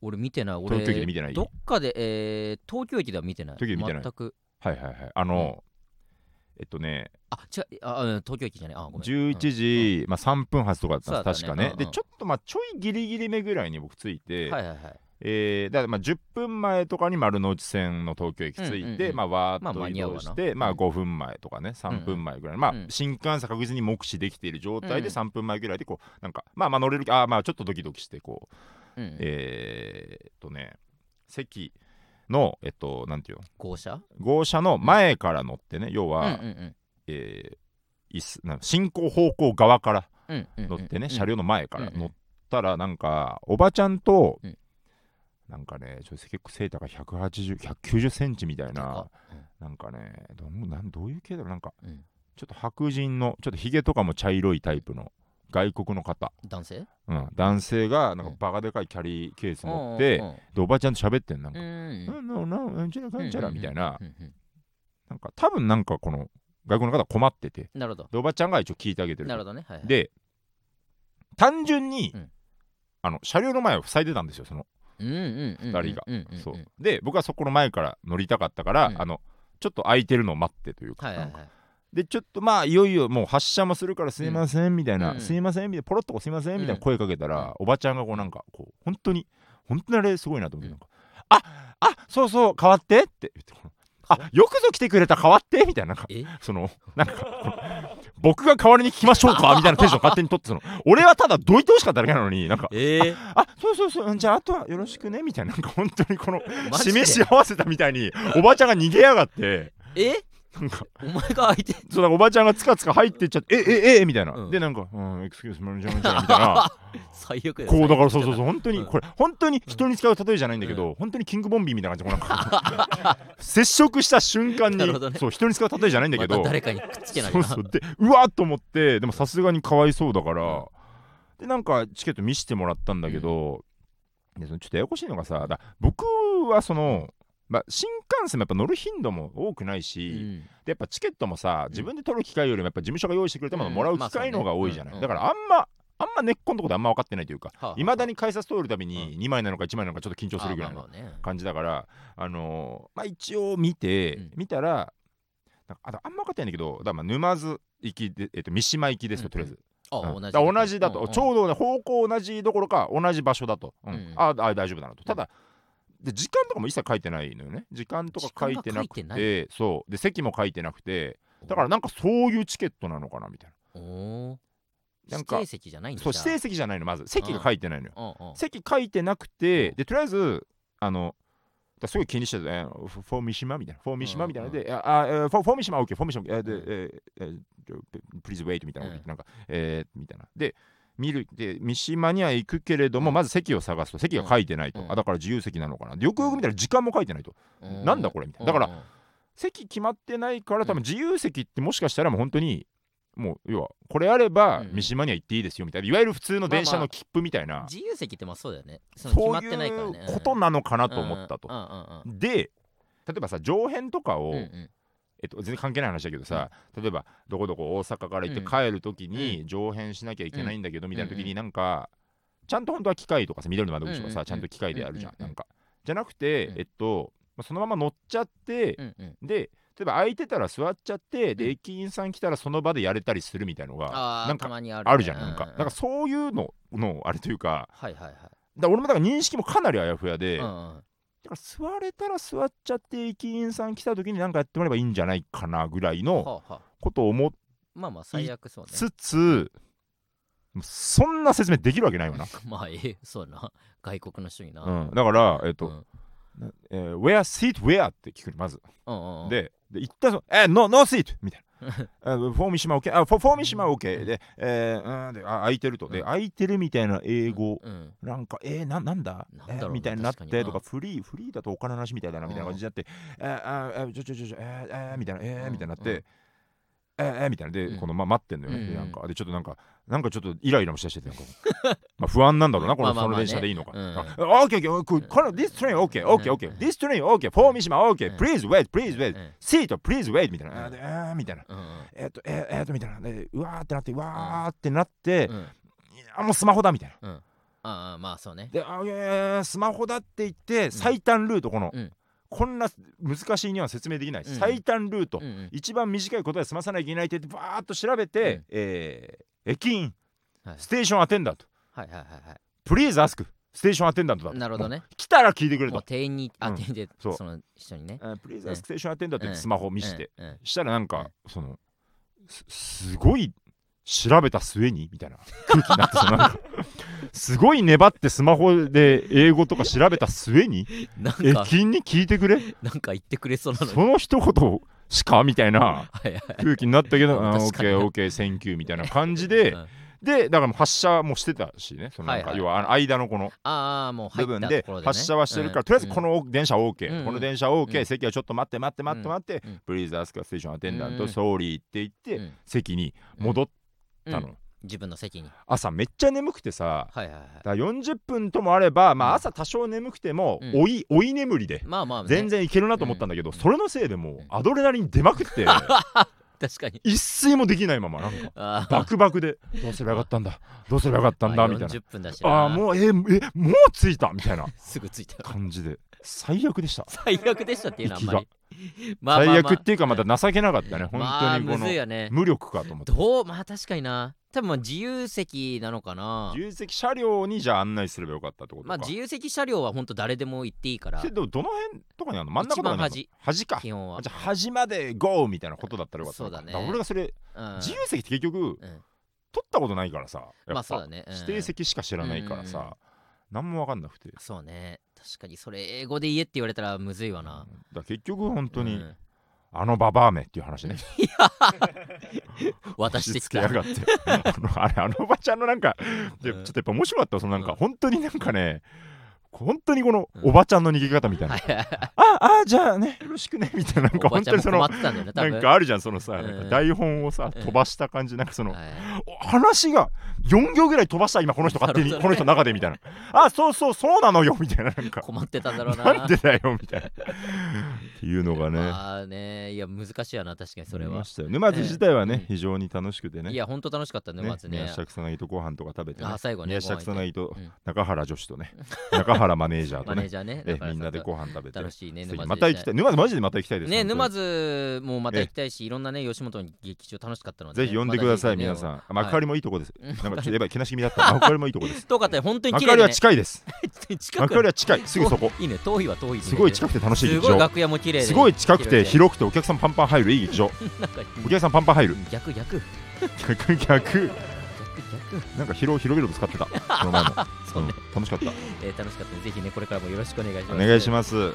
A: 俺見てない俺
B: 東京駅で見てない
A: どっかで、えー東京駅では見てない
B: 東京駅見てない
A: 全く
B: はいはいはいあの、えっとね
A: あ違うあうん東京駅じゃないあごめん
B: 11時、まあ、3分発とかだったんです、
A: そうだ
B: 確
A: ねう
B: かね、
A: んうん
B: でちょっとまあちょいギリギリ目ぐらいに僕着いて、
A: うんはいはいはい
B: えーだからまあ10分前とかに丸の内線の東京駅着いて、
A: うんうんうん
B: まあわーっ
A: まあ間
B: と移
A: に合う
B: 動
A: わな
B: して、まあ
A: うん
B: 5分前とかね3分前ぐらい、まあ
A: うん
B: 新幹線確実に目視できている状態
A: うんう
B: で
A: ん
B: 3分前ぐらいでこうなんかまあまあ乗れるあーまあちょっとドキドキしてこう
A: うんうん
B: えーっとね席のえっとなんていうの
A: 号車
B: 号車の前から乗ってね要
A: うんうん
B: は、
A: うん
B: えー椅子な進行方向側から
A: うんうんうん
B: 乗ってね、
A: うん
B: 車両の前から
A: うんうん
B: 乗ったらなんかおばちゃんと、
A: うん
B: なんかねちょっと結構背高い180190センチみたいな
A: 高っ
B: なんかねどんなんどういう系だろうなんか
A: うんうん
B: ちょっと白人のちょっとひげとかも茶色いタイプの外国の方、
A: 男性
B: うん、男性がなんか
A: うん
B: バカでかいキャリーケース持っ
A: う
B: て、
A: んうん
B: でおばちゃんと喋ってんのなん
A: う
B: か「
A: ん
B: うんななうんちゃらかんちゃら」みたいな
A: うんうん
B: なんか多分なんかこの外国の方困ってて
A: なるほど
B: でおばちゃんが一応聞いてあげてる
A: なるほどねはいはい
B: で単純に、
A: うん
B: あの車両の前を塞いでたんですよその、
A: うんうんうんうん
B: 二人が
A: うんうんうん
B: そう
A: はい
B: で僕はそこの前から乗りたかったから、
A: うん
B: あのちょっと空いてるのを待ってというか,、
A: はいはい
B: でちょっとまあいよいよもう発車もするからすいませんみたいな、
A: うん
B: すいませんみたいなポロッとこうすいませんみたいな
A: うん
B: 声かけたら、
A: うん
B: おばちゃんがこうなんかこう本当に本当にあれすごいなと思っ
A: うん
B: て、なんかああそうそう変わってって言ってこのあよくぞ来てくれた変わってみたいななんか
A: え
B: そのなんかこの僕が代わりに聞きましょうかみたいなテンション勝手に取ってその俺はただどいてほしかっただけなのになんか
A: えー
B: あそうそうそううんじゃああとはよろしくねみたいななんか本当にこの
A: マジで
B: 示し合わせたみたいにおばちゃんが逃げやがって
A: え
B: なんか
A: お前が相手
B: そうなんかおばちゃんがつかつか入ってっちゃってええええみたいな、
A: うん
B: でなんかうんエクスキューズマネージャーみたい な
A: 最悪
B: こうだからそうそう
A: う
B: そう本当に
A: うん
B: これ本当に人に使う例えじゃないんだけど、本当にキングボンビーみたいな感じでこうなんか 接触した瞬間
A: なる
B: に、
A: ほどね
B: そう人に使う例えじゃないんだけ
A: ま
B: ど、
A: た誰かにくっつけない
B: そ
A: と
B: う
A: な
B: そうでうわーっと思ってでもさすがにかわいそうだから、
A: うん
B: でなんかチケット見せてもらったんだけど、でそのちょっとややこしいのがさだ僕はその、まあ、新幹線もやっぱ乗る頻度も多くないし、
A: うん
B: でやっぱチケットもさ自分で取る機会よりもやっぱ事務所が用意してくれたもの
A: うん
B: もらう機会の方が多いじゃない、
A: まあそう
B: だ
A: ね
B: からあんまあんま根っこのとこであんま分かってないというか
A: はい
B: まだに改札通るたびに2枚なのか1枚なのかちょっと緊張するぐらいの
A: あまあまあね
B: 感じだから、あのーまあ、一応見て、
A: うん
B: 見たらなんかあとあんま分かってないんだけどだからまあ沼津行きで、えっと三島行きですと、とりあえず、
A: あ
B: うん
A: 同
B: だ
A: じ
B: から同じだと、
A: うんうん
B: ちょうど、ね、方向同じどころか同じ場所だと、うん
A: うん
B: ああ大丈夫だなとただで時間とかも一切書いてないのよね時間とか書いてなく
A: 時
B: て
A: 間が書い
B: そうで席も書いてなくてだからなんかそういうチケットなのかなみたい
A: おお
B: なな
A: 指
B: んか
A: 定席じゃないんだ
B: そう指定
A: 席
B: 席じゃないのまず席が書いてないのよ
A: うんうん
B: 席書いてなくて、
A: うん
B: でとりあえずあのだすごい気にしてたねフォフォーミシマみたいなフォーミシマみたいなので、いやあえーフォフォーミシマ OK フォーミシマ OK えーで、えーえープリズウェイトみたいなこと言ってなんか、えーみたいなで見るで三島には行くけれども、
A: うん
B: まず席を探すと席が書いてないと、
A: うん
B: あだから自由席なのかなでよくよく見たら時間も書いてないと、
A: うん
B: なんだこれみたいなだから
A: うんうん
B: 席決まってないから多
A: う
B: 分
A: ん
B: 自由席ってもしかしたらもう本当にもう要はこれあれば
A: うん
B: 三島には行っていいですよみたいないわゆる普通の電車
A: まあま
B: の
A: あ
B: 切符みたいな、
A: 自由席ってまあそうだよねその決
B: そ
A: まっ
B: うい
A: てないからね
B: うことなのかなと思ったと
A: うん。うん
B: で例えばさ上辺とかを、
A: うんうんうん
B: えっと、全然関係ない話だけどさ、例えばどこどこ大阪から行って
A: うん
B: 帰る時に上辺しなきゃいけないんだけど、みたいな時
A: うんう
B: になんかちゃんと本当は機械とかさ緑の窓口とか
A: うんう
B: さ、
A: ん
B: ちゃんと機械でやるじゃん、
A: うんうん
B: なんかじゃなくて、
A: うん
B: えっとまあそのまま乗っちゃって、
A: うんうん
B: で例えば空いてたら座っちゃって、
A: う
B: で
A: ん
B: 駅員さん来たらその場でやれたりするみたいのが
A: あ
B: な
A: あ
B: ん
A: た
B: か
A: まにあるね
B: あるじゃんなんか,、
A: ううう
B: なんかそういうののあれというか
A: はいはいはい
B: だから俺もだから認識もかなりあやふやで、
A: うんうん
B: だから座れたら座っちゃって駅員さん来た時に何かやってもらえばいいんじゃないかなぐらいの
A: はあはあ
B: ことを思い
A: まあまあ最悪そうね
B: つつそんな説明できるわけないよな、
A: まあええそうやな外国の人にな
B: うん、だからえっと、
A: うん
B: えー Where seat where って聞くのまず、
A: うんうんうん
B: でで一旦そのえー、no no seat みたいなあフォーミシマ OK あフォフォーミシマ OK で,、えーうん、であ空いてるとで
A: うん
B: 空いてるみたいな英語
A: うん
B: なんかえー、ななんだ
A: なん
B: え
A: だろうね
B: ーみたいになっ
A: 確か
B: て
A: に
B: とかフリーフリーだとお金の話みたいだなみたいな感じになって、えー、あーえーちょちょちょちょえーえーみたいなえー
A: うん
B: みたいになっ
A: う
B: て、えーえーみたいなで、
A: うん
B: このまあ待ってんのよね、
A: うん
B: でなんかでちょっとなんかなんかちょっとイライラもしたし ててなんかまあ不安なんだろうなこの
A: まあまあ
B: そ
A: ま
B: の
A: あね
B: 電車でいいのか。
A: うん
B: あ OK OK ここの this train OK OK OK this train OK フォーミシマ OK
A: うん
B: please wait please
A: う
B: wait
A: ん
B: seat please wait みたいな
A: うん
B: えーでえーみたいな。
A: うんうん
B: えーっと、えーえーっと、みたいな。でうわーってなって、うわーってなって、
A: うん
B: あ、もうスマホだみたいな。
A: あああまあそうね
B: であいやいやいやスマホだって言って最短ルートこの、
A: うん
B: こんな難しいには説明できない、
A: うん
B: 最短ルート、
A: うんうん
B: 一番短いことで済まさなきゃいけないって言ってバーッと調べて、
A: うん
B: えー駅員、
A: はい
B: ステーションアテンダント
A: はいはいはい
B: プリーズアスクステーションアテンダントだ
A: はい
B: と
A: なるほど
B: も
A: ね
B: う来たら聞いてくれ
A: もう
B: と
A: 店員にあ
B: うん
A: 店員で
B: そう
A: その人にね
B: プリーズアスクステーションアテンダントってスマホ見せて、
A: うんうん
B: したらなんか、そのすすごい調べた末にみたいな空気になってその なんかすごい粘ってスマホで英語とか調べた末に
A: なんか
B: 駅員に聞いてくれ
A: なんか言ってくれそうなのに
B: その一言しかみた いな
A: はいはい
B: 空気になったけ ど、
A: 確
B: あ
A: かに
B: ーオッケーオッケー、センキューみたいな感じで
A: う、ん
B: で、だからもう発射もしてたしね、そのなんか
A: はいはい
B: 要はあの間のこの
A: ああもう入っ
B: 部
A: たと
B: 分で
A: ころでね
B: 発射はしてるから、とりあえずこの電車 OK、
A: うん
B: この電車 OK、
A: うん
B: 席はちょっと待って待って待って待って、
A: うん
B: プリーズアスカステーションアテンダン
A: う
B: ト、
A: ん
B: ソーリーって言って、
A: うん
B: 席に戻ったの、
A: うん自分の席に
B: 朝めっちゃ眠くてさ、
A: はいはいはい
B: だから40分ともあれば、ま
A: うん
B: あ、朝多少眠くても、
A: うん
B: 追い追い眠りで。
A: まあまあね
B: 全然いけるなと思ったんだけ
A: う
B: ど、
A: ん
B: それのせいでもう
A: うん
B: アドレナリン出ま くって、
A: 確かに
B: 一睡もできないままなん か
A: あー
B: バクバクでどうすればよかったんだどうすればよかったんだ
A: まあ
B: みたいな
A: 40分だし
B: ああー
A: う
B: もうえーえもう着いたみたいな
A: すぐ着いた
B: 感じで最悪でした
A: 最悪でしたっていうのはあんまりまあまあまあ
B: 最悪っていうかまだ情けなかったね本
A: まあ
B: 当にこ
A: むずい
B: の
A: よね
B: 無力かと思って
A: どうまあ確かにな多分まあ自由席なのかな
B: 重積車両にじゃあ案内すればよかったってこと
A: まあ
B: か
A: 自由席車両は本当誰でも行っていいから
B: ででもどの辺とかにあるの真ん中とかにあるの
A: 一
B: 端か
A: 基本は
B: じゃあ端までゴーみたいなことだったらよかったのか
A: そうだね
B: から俺がそれ
A: うん
B: 自由席って結局
A: うん
B: 取ったことないからさ
A: ま
B: や
A: あ
B: っ
A: そうだ
B: ぱ
A: ねうん
B: 指定席しか知らないから
A: うんうんうん
B: さ何も分かんなくて
A: そうね確かにそれ英語で言えって言われたらむずいわ
B: だ
A: な
B: から結局本当に、
A: うん
B: あのババアめっていう 話ね
A: 渡してき
B: つけ
A: た
B: やがってあのあれあのおばちゃんのなんかでち
A: う
B: ょ
A: ん
B: っとやっぱ面白かったわそのなん
A: う
B: か
A: ん
B: 本当になんかね本当にこの
A: うん
B: おばちゃんの逃げ方みたいな、
A: はいはいはい
B: ああじゃあねよろしくねみたいななんか
A: おば
B: 本
A: ち
B: 当
A: ゃん
B: に
A: も
B: そ
A: 困
B: の
A: ってたんだよね多
B: な
A: 分
B: んかあるじゃんそのさ、
A: うん
B: なんか台本をさ、
A: うん
B: 飛ばした感じなんかその、
A: はい
B: お話が4行ぐらい飛ばした今この人勝手に、
A: なるほど
B: この
A: ね
B: 人の中でみたいなあそうそうそうなのよみたいな なんか
A: 困ってたんだろうな
B: なんでだよみたいなっていうのがね、
A: まあねいや難しいよな確かにそれ
B: あり
A: は
B: ましたよ沼津自体はね、
A: うん
B: 非常に楽しくてね
A: いや本当楽しかったねまずね
B: 宮下草薙とご飯とか食べて、ね
A: あ最後ね
B: 宮下
A: ご飯行
B: 草
A: って
B: 薙と
A: うん
B: 中原女子とね、中原マネージャーと
A: マネー
B: ね
A: ジャーね
B: え
A: 中原さ
B: みんなで
A: と
B: ご飯食べて
A: 楽しいね
B: ぜひ
A: 沼津
B: また行きたい沼津マジでまた行きたいです
A: ね
B: 本当に
A: 沼津もまた行きたいしいろんなね吉本の劇場楽しかったのでね
B: ぜひ呼んでください、
A: ま
B: 皆
A: ん
B: さん
A: はい
B: 幕張もいいとこ です、なんかちょっとやばいけなし気味だった幕張もいいとこです
A: 遠かったよ本当に 綺麗
B: 幕張
A: で
B: は
A: ね
B: 近 いです
A: 近
B: 幕
A: く
B: 張は近いすぐそこ
A: いいね遠いは遠い
B: すごい近くて楽しい
A: す
B: 劇
A: ごい
B: 場
A: 楽屋も綺麗です
B: ごい近くて
A: 広
B: 広くてお客さんパンパン入るいい劇場
A: いなんか
B: お客さんパンパン入る
A: 逆逆逆
B: 逆逆
A: 逆
B: なんか広々々と使ってたこの前も、
A: そうね
B: うん楽しかった
A: えー楽しかったのでぜひねこれからもよろしくお願いします
B: お願いします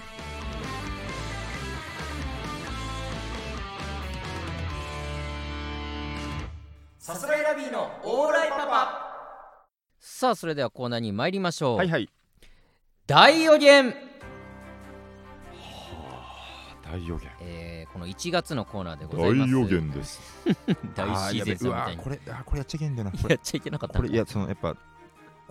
A: さすらいラビーのオーライパパさあそれではコーナーに参りましょう、
B: はいはい
A: 大予言、
B: 大予言
A: えー、この1月のコーナーでござい
B: 大
A: ます
B: 予言です
A: 大自然さんみ
B: あー
A: た
B: や
A: いに
B: べうわーこれあーこれやっちゃいけんだよなこ
A: や
B: れ
A: っちゃいけなかった
B: こ
A: の
B: れいやそのやっぱこ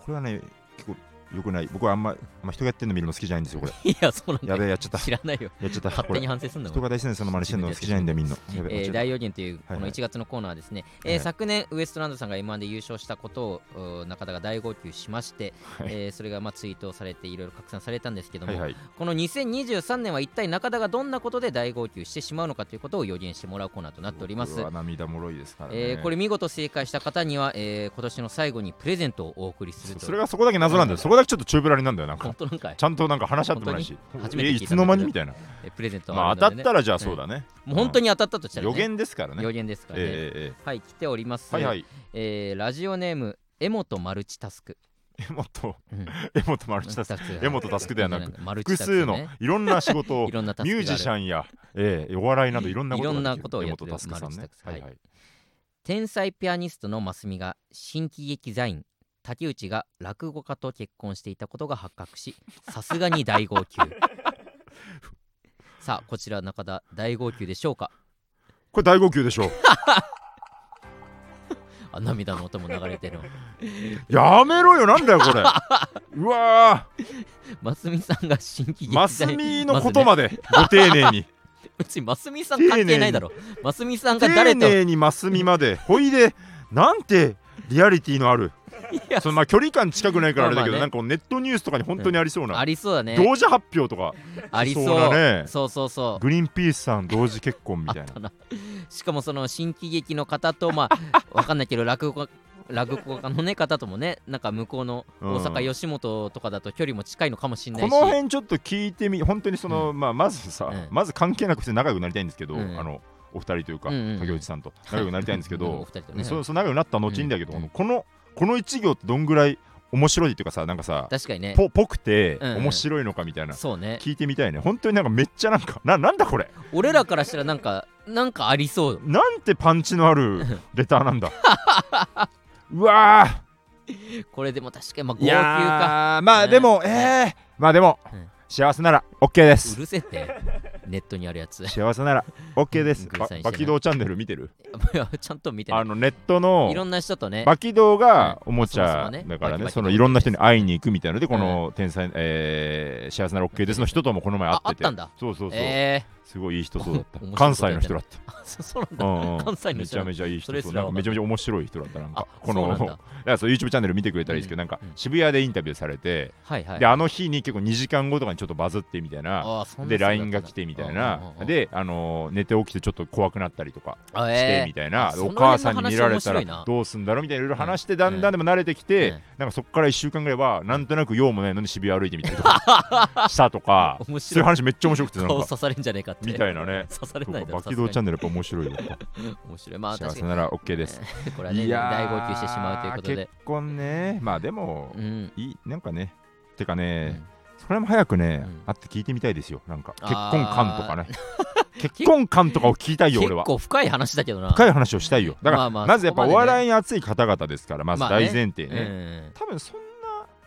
B: れはね結構良くない僕はあんま、まあ、人がやってるの見るの好きじゃないんですよこれ
A: いやそうなんだ
B: や
A: よ
B: べえやっちゃった
A: 知らないよ
B: やっちゃった
A: 勝
B: こ
A: 手に
B: れ
A: 反省すんだもん
B: 人が大事なその真似してるの好きじゃないんだよみんなやべ
A: えー、
B: やっちゃっ
A: 大予言というこ
B: はいは
A: の
B: い
A: 1月のコーナーですね、
B: はい
A: え
B: は
A: ー
B: い
A: 昨年ウエストランドさんが M1 で優勝したことをうー中田が大号泣しまして、
B: たはい
A: えーそれがまあツイートをされていろいろ拡散されたんですけども、
B: はいはい
A: この2023年は一体中田がどんなことで大号泣してしまうのかということを予言してもらうコーナーとなっております
B: これは涙もろいですからね、
A: えーこれ見事正解した方には、えー今年の最後にプレゼントをお送りする
B: そ
A: という
B: それがそこだけ謎なんだよそこだけちょっと宙ぶらりんなんだよなん
A: 本
B: か
A: 当なんかい
B: ちゃんとなんか話し合ってもないし
A: 本当に初め
B: え
A: て聞いたんだけど
B: いつの間にみたいな
A: えープレゼント
B: まあ
A: るので
B: 当た
A: ね
B: ったらじゃあそうだね、
A: もう本当に当たったとしたら、ね、
B: 予言ですからね
A: 予言ですからね、
B: えええ
A: はい来ております、
B: えはいはい
A: えーラジオネームエモとマルチタスク、
B: 江本
A: うん
B: 江本マルチタスク
A: ク
B: 江本タスクではなく
A: マルチ
B: 複
A: タスクね
B: 数のいろんな仕事 を
A: いろんなタス
B: ミ
A: クがあ
B: ュー
A: る
B: ジシャンや、ええお笑いなどいろんなこと
A: いろんな
B: できる
A: ことをやってる
B: 江本佑さ
A: マ
B: んね
A: ルチタスクはい
B: はいはい
A: 天才ピアニストのマスミが新喜劇座員竹内が落語家と結婚していたことが発覚しさすがに大号泣さあこちら中田大号泣でしょうか
B: これ大号泣で しょう
A: あ涙の音も流れてるの
B: やめろよなんだよ これうわ
A: マスミさんが新喜劇
B: ー
A: 座員
B: マスミのこと ま
A: ずね
B: でご丁寧に
A: 別にマスミさん関係 ないだろマスミさんが
B: 丁
A: 誰と
B: 寧にマスミまでほいでなんてリアリティのある
A: いや
B: そのまあ距離感近くないからあれだけど、
A: まあまあね
B: なんかこうネットニュースとかに本当にありそうな、
A: ありそうだね
B: 同時発表とか
A: ありそう
B: そうだね
A: そうそうそう
B: グリーンピースさん同時結婚みた
A: あ
B: い
A: っ
B: な
A: たなしかもその新喜劇の方とま あわかんないけど落語家落語家のね方ともねなんか向こうの大阪吉本とかだと距離も近いのかもしれない
B: こ
A: し
B: の辺ちょっと聞いてみ本当にその、まあ、まずさ、
A: うん
B: まず関係なくして仲良くなりたいんですけど、
A: うん
B: あのお二人というか、
A: うんうんうん
B: 竹内さんと仲良くなりたいんですけ
A: うんお
B: ど
A: 二、人とね
B: そその仲良くなった後にだけど、
A: うん
B: このこの一行ってどんぐらい面白いっていうかさなんかさ
A: 確かにね
B: ぽぽくて
A: うんうん
B: 面白いのかみたいな、
A: そうね
B: 聞いてみたいね本当になんかめっちゃなんかななんだこれ
A: 俺らからしたらなんかなんかありそう
B: なんてパンチのある レターなんだうわー
A: これでも確かにまあ号
B: い
A: 泣
B: や
A: か
B: ーまあ
A: ね
B: でも、えー、まあでも、
A: うん
B: 幸せなら OK で
A: う
B: す
A: るせえってネットにあるやつい
B: 幸せなら OK です
A: グー
B: ば
A: さん一緒ね
B: バキドーチャンネル見てる
A: やちゃんと見てな
B: あ
A: い
B: のネットの
A: いろんな人とね
B: バキドーがおもち
A: う
B: ゃ
A: んそもそもね
B: だからね
A: バキバキ
B: そ
A: ド
B: の
A: ー
B: いろんな人に会いに行くみたいのでこの天才えー幸せなら OK ですの人ともこの前会ってて
A: ああったんだ
B: そうそうそう
A: え
B: すごいいい人そうだっ
A: 面白い
B: た関西の人だった
A: ー、あそそうなんだ
B: うんう ん
A: 関西の
B: め
A: 人
B: ちゃめちゃいい
A: そ
B: 人
A: れ
B: そ
A: す
B: う
A: ら
B: なん
A: わかんない
B: かめちゃめちゃ面白い人だったなん
A: あ
B: か
A: そ
B: こ
A: う
B: の
A: なんだ
B: いやそう YouTube チャンネル見てくれたらいいですけどなんか
A: うん
B: 渋谷でインタビューされて
A: はいはい
B: であの日に結構2時間後とかにちょっとバズってみたいな
A: あーそんな
B: で
A: 人だったんだ
B: LINE が来てみたい
A: うんうん
B: な
A: うん
B: であのー寝て起きてちょっと怖くなったりとか
A: あ
B: し
A: え
B: て
A: ー
B: みたいな
A: あそ
B: お
A: の
B: 母さんに見ら
A: 辺の
B: れ
A: 話
B: た
A: 面白いな
B: らどうすんだろうみたいないろいろ話してだ
A: うん
B: んだんでも慣れてき
A: う
B: て
A: ん
B: なんかそこから1週間ぐらいはなんとなく用もないのに渋谷歩いてみたりとか したとか
A: 面白い
B: そういう話めっちゃ面白くてなん
A: 顔
B: か
A: 刺されんじゃねえかって
B: みたいなね
A: 刺されないだろ
B: バキドーチャ
A: ん
B: ンネルやっぱ面白いよ
A: 面白いまあ
B: 幸
A: 確
B: せ
A: か
B: なら OK です
A: にこれはね大号泣してしまうということで
B: 結婚ねまあでも、
A: うん
B: いいなんかねてか
A: う
B: ね、
A: ん
B: それも早くね、
A: うん
B: あって聞いてみたいですよなんか
A: あー
B: 結婚観と かね結婚観とかを聞きたいよ
A: 結
B: 俺は
A: 構深い話だけどな
B: 深
A: い
B: い話をしたいよだから、
A: まあ
B: ま
A: まあ
B: ずやっぱ
A: そ
B: お
A: こまでね
B: 笑いに熱い方々ですからまず
A: まあね
B: 大前提ね,、
A: うん
B: 多分そんな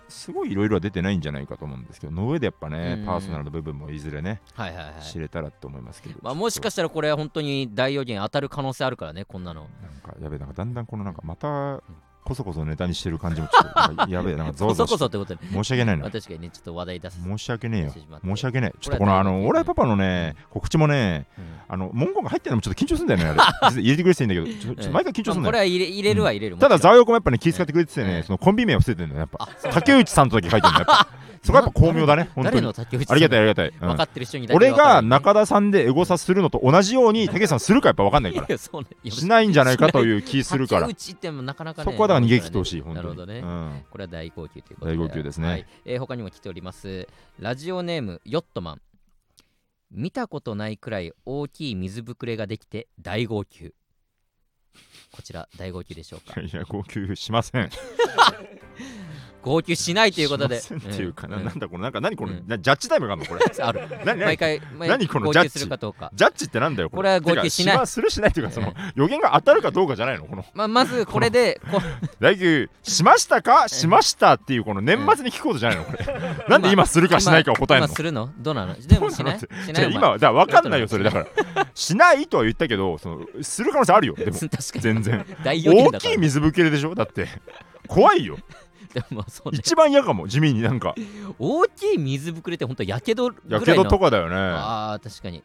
B: すごいいろいろは出てないんじゃないかと思うんですけどの上でやっぱね、
A: うん
B: パーソナルの部分もいずれね
A: はいはいはい
B: 知れたらと思いますけど、
A: まあもしか
B: し
A: したらこれは本当に大予言当たる可能性あるからねこんなの
B: なんかやべえなんかだんだんこのなんかまたこそこそネタにしてる感じもちょっとなんかやべえなんかゾ
A: こ
B: ワゾ
A: そこ
B: ワし
A: そっててことね
B: 申し訳ない
A: ま
B: な
A: あ確かにねちょっと話題出す
B: 申し訳ねえよ
A: してしまって
B: 申し訳ない。ちょっとこの、あ
A: これは大丈夫
B: の、オーライパパのね、告知もね、
A: うん
B: あの、文言が入ってるのもちょっと緊張するんだよね、 あれ。入れてくれてたらいいんだけど、ちょちょっと毎回緊張するん
A: まあこ
B: だ
A: れ
B: よ。
A: は入れ入れるは入れるも
B: ただ、
A: ちろん
B: ザワヨコもやっぱね、気遣ってくれてて
A: うん
B: ね、そのコンビ名を伏せてるんだよ、やっぱ。竹内さんとだけ書いてるんだよ、 やっぱ。そこはやっぱ巧妙だね、本当
A: 誰
B: に
A: の。竹内さん
B: ありがたい、ありがたい。うん
A: 分かってる人にだけ
B: 俺が
A: 分か
B: 中田さんでエゴサするのと同じように、竹内さんするかやっぱ分かんない
A: るよねい
B: か
A: や そうねい
B: ら。
A: や
B: しないんじゃないかという気するから
A: 竹。内ってもなかなかね
B: そこはだから逃げ切ってほしい、本
A: なるほ
B: 当
A: ど
B: に。
A: ね
B: うん
A: これは大号泣ということで
B: 大号泣ですね
A: はいえー他にも来ておりますラジオネームヨットマン見たことないくらい大きい水ぶくれができて大号泣こちら大号泣でしょ うか
B: いや、号泣しません。
A: 号泣しないということで
B: しませんっていうかな、
A: ん
B: なんだこの、なんか何この、
A: うん
B: なジャッジタイムがあるのこれ。
A: ある
B: 何何
A: 毎回毎
B: 何この
A: 号
B: ジャッ
A: 泣
B: ジ
A: するかどうか
B: ジャッジってなんだよこれ
A: これは合計しない
B: てかまするしないというかそ
A: え
B: の予言が当たるかどうかじゃないのこの
A: まあまずこれ でこ
B: 大球しましたかしましたっていうこの年末に聞くことじゃないの これなんで今するかしないかを答える
A: 今
B: の
A: するのどうなのでもしない
B: ど
A: し
B: じ
A: ない
B: ゃ
A: お
B: あ
A: 前
B: 今はだから分かんないよそれだからしないとは言ったけどそのする可能性あるよでも
A: 確かに
B: 全然
A: 大予言
B: 大
A: だか
B: き
A: ら
B: い水ぶけれでしょだって怖 いよ
A: でもそうね
B: 一番嫌かも地味になんか
A: 大きい水ぶくれって本当やけどぐら
B: や
A: いの
B: けどとかだよね
A: ああ確かに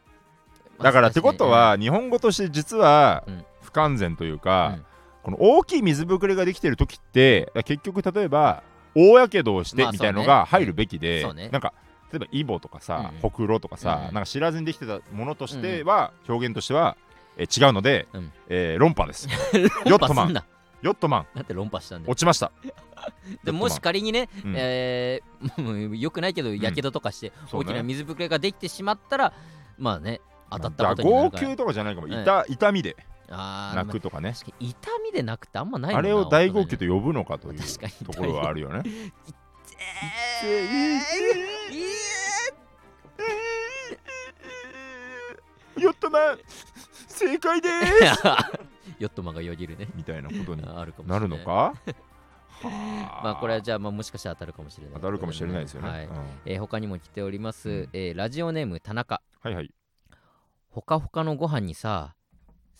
B: だからってことは日本語として実は
A: うん
B: 不完全という
A: う
B: か
A: ん
B: この大きい水ぶくれができてる時ってだから結局例えば大やけどをして
A: まあ
B: みたいのが入るべき
A: そうね
B: で
A: うんそうね
B: なんか例えばイボとかさ
A: うん
B: ほくろとかさ
A: うん
B: なんか知らずにできてたものとしては表現としてはえ違うので
A: うん
B: えー論破です
A: ヨ
B: ヨ
A: ッ
B: ッ
A: ト
B: ト
A: マ
B: マ
A: ン
B: ン
A: だ
B: ヨットマン
A: だって論破した んで
B: 落ちました
A: でももし仮にね、
B: うん
A: えーもうよくないけどやけどとかして、
B: そう
A: 大
B: ね
A: きな水ぶくれができてしまったらまあね当たった
B: だ
A: こ
B: か
A: と
B: ら
A: にな
B: 号
A: るから
B: 泣とかじゃないかも
A: うん
B: 痛痛みで
A: あー
B: 泣くとかね
A: 確かに痛みで泣くってあんまないもんな
B: あれを大号泣と呼ぶのかという
A: 確かに
B: ところはあるよね
A: えーい
B: ヨットマン正解でー
A: やヨットマンがよぎるね
B: みたいなことに
A: あるかもしれな
B: ないるのかま
A: まあこれはじゃあまあもしかしたら当たるかもしれない
B: 当たるかもしれないですよね。
A: はい
B: うん
A: えー他にも来ております、
B: うん
A: えーラジオネーム田中
B: はいはい。
A: ほかほかのご飯にさ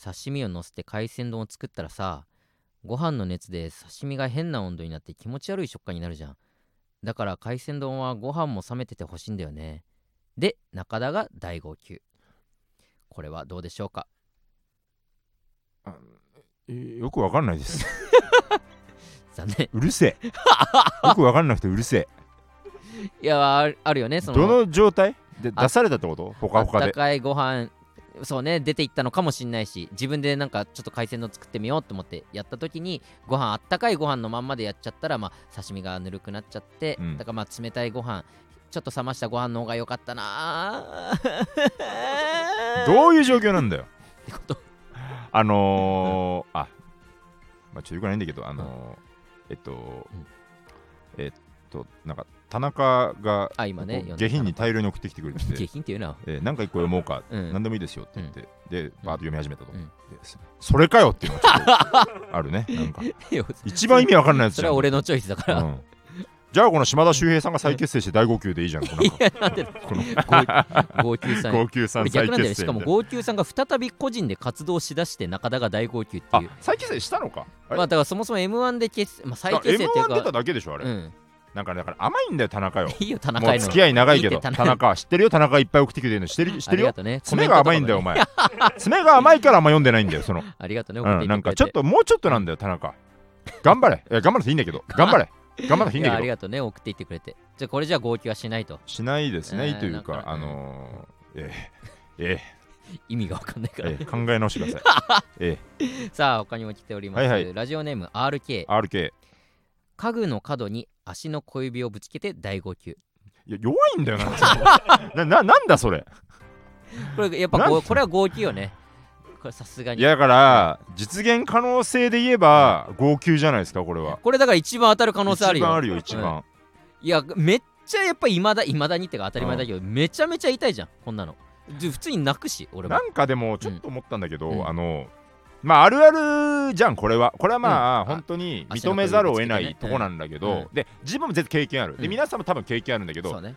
A: 刺身をのせて海鮮丼を作ったらさご飯の熱で刺身が変な温度になって気持ち悪い食感になるじゃんだから海鮮丼はご飯も冷めててほしいんだよねで中田が大号泣これはどうでしょうか
B: あえーよくわかんないです。
A: 残念
B: う るせえよく分かんなくてうるせえ
A: いやあるあるよねその
B: どの状態で
A: あ
B: 出されたってことほかほか
A: あっ
B: で
A: たかいご飯そうね出て行ったのかもしんないし自分でなんかちょっと海鮮丼作ってみようと思ってやった時にご飯あったかいご飯のまんまでやっちゃったらまあ刺身がぬるくなっちゃって、
B: うん
A: だからまあ冷たいご飯ちょっと冷ましたご飯の方が良かったなー
B: どういう状況な んだよ
A: ってこと
B: あのー、あまあちょっとよくないんだけどあのー、えっと、
A: ん
B: えっとなんか田中が
A: あ今ね
B: こう
A: 読んだ
B: 下品に大量に送ってきてくれて
A: 下
B: て
A: 品っていうな
B: えー、なんか一個読もうか、
A: う
B: なんん、何でもいいですよって言って、でバーッと読み始めたと、
A: うん
B: ですそれかよっていうのがちょ っとあるねなんか
A: いや
B: 一番意味わかんないや
A: そ
B: つじ
A: れ
B: ゃん
A: は俺のチョイスだから、
B: うんじゃあこの島田秀平さんが再結成して大号泣でいいじゃん。こ の
A: いやなんで
B: この
A: 号泣さん
B: 号泣さ
A: こ
B: ん
A: れ逆な
B: 再
A: んだよねしか
B: 結成み
A: も
B: たいな。
A: 号泣さんが再び個人で活動しだして中田が大号泣って
B: あ
A: いう、
B: 再結成したのか。あれ
A: まあだからそもそも M1 で結成、まあ、再
B: だから
A: 結成っていう
B: M1 出
A: か
B: た、だけでしょあ
A: う
B: れ。
A: ん、
B: なんかねだから甘いんだよ田中よ。
A: いいよ、田
B: も
A: 中へ
B: う
A: の。
B: 付き合い長いけ
A: い
B: ど
A: いって
B: 田
A: 田中
B: 中知ってるよ田中いっぱい送ってきてるの知ってる知っ
A: あ
B: てる
A: りが
B: よ。
A: とうね。
B: 爪が甘いんだよお
A: コメントとかもね。
B: 前。爪が甘いから甘いんでないんだよその。
A: ありがとうね、送っ
B: う
A: て
B: ん
A: い
B: な
A: ただいて
B: んかちょっともうちょっとなんだよ田中。頑 張れ。いや頑張らなくていいんだけど。頑張れ。頑張らなくていい
A: い
B: ん
A: や
B: だ
A: あ
B: け
A: り
B: ど。
A: がとうね、送っていってくれて。じゃあこれじゃあ号泣はしないと。
B: しないです
A: え
B: ね
A: ー
B: という
A: なん
B: か
A: か
B: あのーえええ
A: 意味がわかんないから。
B: えええ考え直してください。え
A: さあ、他にも来ております。
B: はいはい
A: ラジオネーム RK
B: え。RK。
A: 家具の角に足の小指をぶつけて大号泣。
B: いや弱いんだよなそれ なななんだそれ
A: これやっぱ
B: な
A: こ
B: ん
A: うこれは号泣よね。これさすが
B: い
A: に。
B: やだから実現可能性で言えば号泣じゃないですかこれは
A: これだから一番当たる可能性ある
B: 一番
A: よ。
B: あるよ一番、
A: いや、めっちゃやっぱいまだいまだにってか当たり前だけど、めちゃめちゃ痛いじゃん、こんなの。じゃ普通に泣くし、俺も
B: な。んかでもちょっと思ったんだけど、
A: うん
B: あのまああるあるじゃんこれはこれはまあ、
A: うん
B: 本当に
A: あ足の
B: 認めざるを
A: 小指
B: 得
A: ぶつ
B: な
A: けてね
B: いとこなんだけ
A: う
B: ど、
A: ん
B: で自分も絶対経験ある、
A: う
B: で
A: ん
B: 皆さんも多分経験あるんだけど、
A: そうね。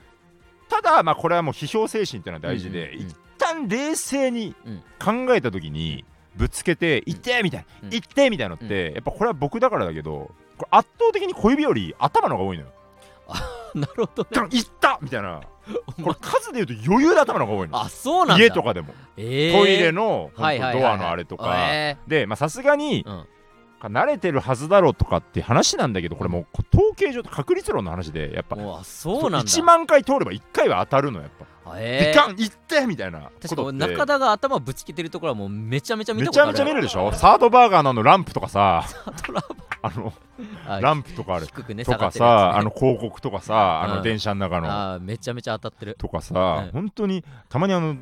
B: ただまあこれはもう批評精神っていうのは大事で、
A: うんうんうん
B: 一旦冷静に
A: うん
B: 考えた時にぶつけて「痛え!」みたい
A: うん
B: な「痛え!」みたいなのって、やっぱこれは僕だからだけどこれ圧倒的に小指より頭の方が多いのよ。
A: なるほどね。
B: ガン行ったみたいな
A: お
B: こ
A: 前
B: れ数で言うと余裕で頭の方が多いの
A: あ、そうなんだ。
B: 家とかでも、
A: えー、
B: トイレのほんとド
A: はいはいはいはい
B: アのあれとか、
A: え
B: でまあさすがに
A: ーうん
B: 慣れてるはずだろうとかって話なんだけどこれもうこう統計上と確率論の話でやっぱ
A: もうあそうなんだ
B: 1万回通れば1回は当たるのやっぱ、
A: え
B: で
A: ー
B: ガン行ってみたいなこ
A: 確
B: とっ
A: か
B: て
A: 中田が頭ぶつけてるところはもうめちゃめちゃ見
B: め
A: たこ
B: ち
A: と
B: ゃ
A: ある
B: めちゃ見るでしょサードバーガーのあのランプとかさあの
A: あ
B: ランプとかある
A: 低くね
B: とか
A: 下が
B: さ
A: って
B: あ
A: るや
B: の広告とかさあ
A: うん
B: の電車の中
A: つね
B: の
A: あーめちゃめちゃ当たってる
B: とかさ、
A: うん
B: 本当にたまにあの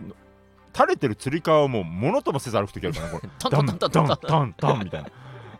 B: 垂れてる釣り革をもうものともせず歩く時あるからねこれ
A: トン
B: ダ
A: ト
B: ン
A: ン
B: ダ
A: ト
B: ン
A: ントン
B: ダ
A: トン
B: ンダンみたいな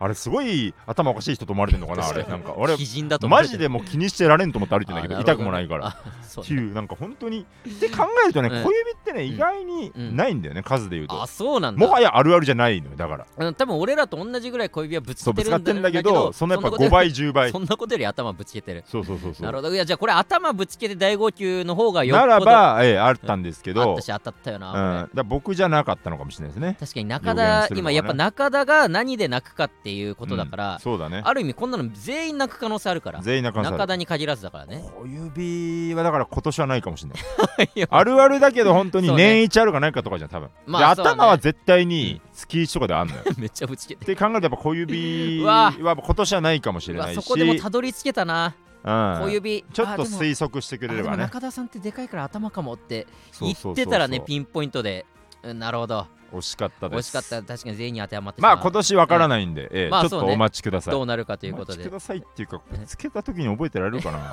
B: あれすごい頭おかしい人と思われてるのかなあれなんか俺
A: 鬼人だと思わ
B: マ
A: れて
B: ジ
A: る
B: でもう気にしてられんと思って歩いてんだけど
A: あー
B: 痛
A: るほ
B: くもないからっ
A: あそう
B: ていうなんか本当にって考えるとね
A: うん
B: 小指ってね
A: ん
B: 意外にないんだよね数で言う
A: あ
B: と
A: そうなんだ
B: もはやあるあるじゃないのよだから
A: あの多分俺らと同じぐらい小指はぶつ
B: そう
A: けて
B: ぶつ
A: る
B: かっ
A: んだ
B: てんだけどそのやっぱ5倍10倍
A: そ
B: そ
A: んなことより頭ぶつけてる
B: うそうそうそ
A: なる
B: う
A: ほどいやじゃあこれ頭ぶつけて大号泣の方がよっぽ
B: な
A: ど
B: らばええあったんですけ
A: あ
B: ど
A: ったし当たったよ
B: う
A: な、こ
B: んだ
A: れ
B: から僕じゃなかったのかもしれないですね
A: 確かに中
B: 予言
A: 田、
B: するの
A: 今
B: がね
A: やっぱ中田が何で泣くかっていうことだから、
B: うんそうだね
A: ある意味こんなの全員泣く可能性あるから
B: 全員中
A: 中田に限らずだからね
B: 小指はだから今年はないかもしれない
A: いや
B: あるあるだけど本当に
A: そうね
B: 年一あるかないかとかじゃん多分、
A: まあ
B: で
A: そうだね
B: 頭は絶対に月一とかであ んのよっ
A: めっちゃぶち 切って
B: て考えるとやっぱ小指
A: う
B: は
A: わ
B: 今年はないかもし
A: う
B: れ
A: わ
B: ないし
A: そこでもたどり着けたな
B: うん
A: 小指
B: ちょっと
A: あでも
B: 推測してくれれ
A: あ
B: ば
A: でも
B: ね
A: 中田さんってでかいから頭かもって
B: そう
A: 言
B: そうそう
A: ってたらね
B: ン
A: ピンポイントでうんなるほど
B: 惜しかったです
A: 惜しかった確かに全員に当てはまってし
B: まあ
A: う
B: 今年わからないんで、ええ
A: まあ
B: ちょっと
A: そうね
B: お待ちください、
A: どうなるかという
B: お
A: こと
B: 待ち
A: で
B: くださいっていうか
A: え
B: つけた時に覚えてられるかな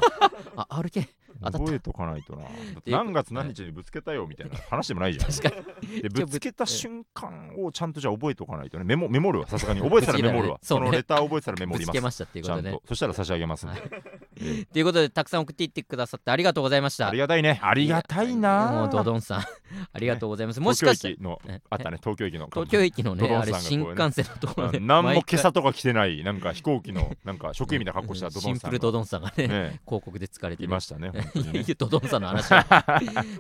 A: あ RK 当たった
B: 覚えとかないとなだって何月何日にぶつけたよみたいな話でもないじゃ ん
A: 確かに
B: でぶつけた瞬間をちゃんとじゃあ覚えておかないとねメモメモるわさすがに覚えてたらメモるわ
A: ぶつけ
B: そ
A: たらねそうね
B: のレター覚えてたらメモ
A: ぶ
B: り
A: つ
B: ま
A: け
B: す
A: ましたっていう
B: ち
A: こ
B: ゃ
A: と
B: ん
A: ね
B: とそしたら差し上げますんで
A: ということでたくさん送っていってくださってありがとうございまし
B: あ
A: た
B: りがたいねありがたい
A: も
B: な
A: うドドンさん ありがとうございますも
B: 東
A: しか
B: 京
A: して
B: 駅の
A: ね
B: あったね東京駅の
A: 東京駅のね
B: ドドン
A: あ
B: さん
A: れ
B: がこう
A: 新
B: ね
A: 幹線のところで
B: うん何も
A: 毎
B: 今
A: 回
B: 朝とか着てないなんか飛行機のなんか職員みたいな格好したドド
A: シ
B: ン
A: ン
B: さ
A: プ
B: ん
A: ル
B: が
A: ドドンさんがね
B: ね
A: 広告で疲れて
B: い
A: る
B: ましたね本当に
A: いや
B: ね
A: いやドドンさんの話 だ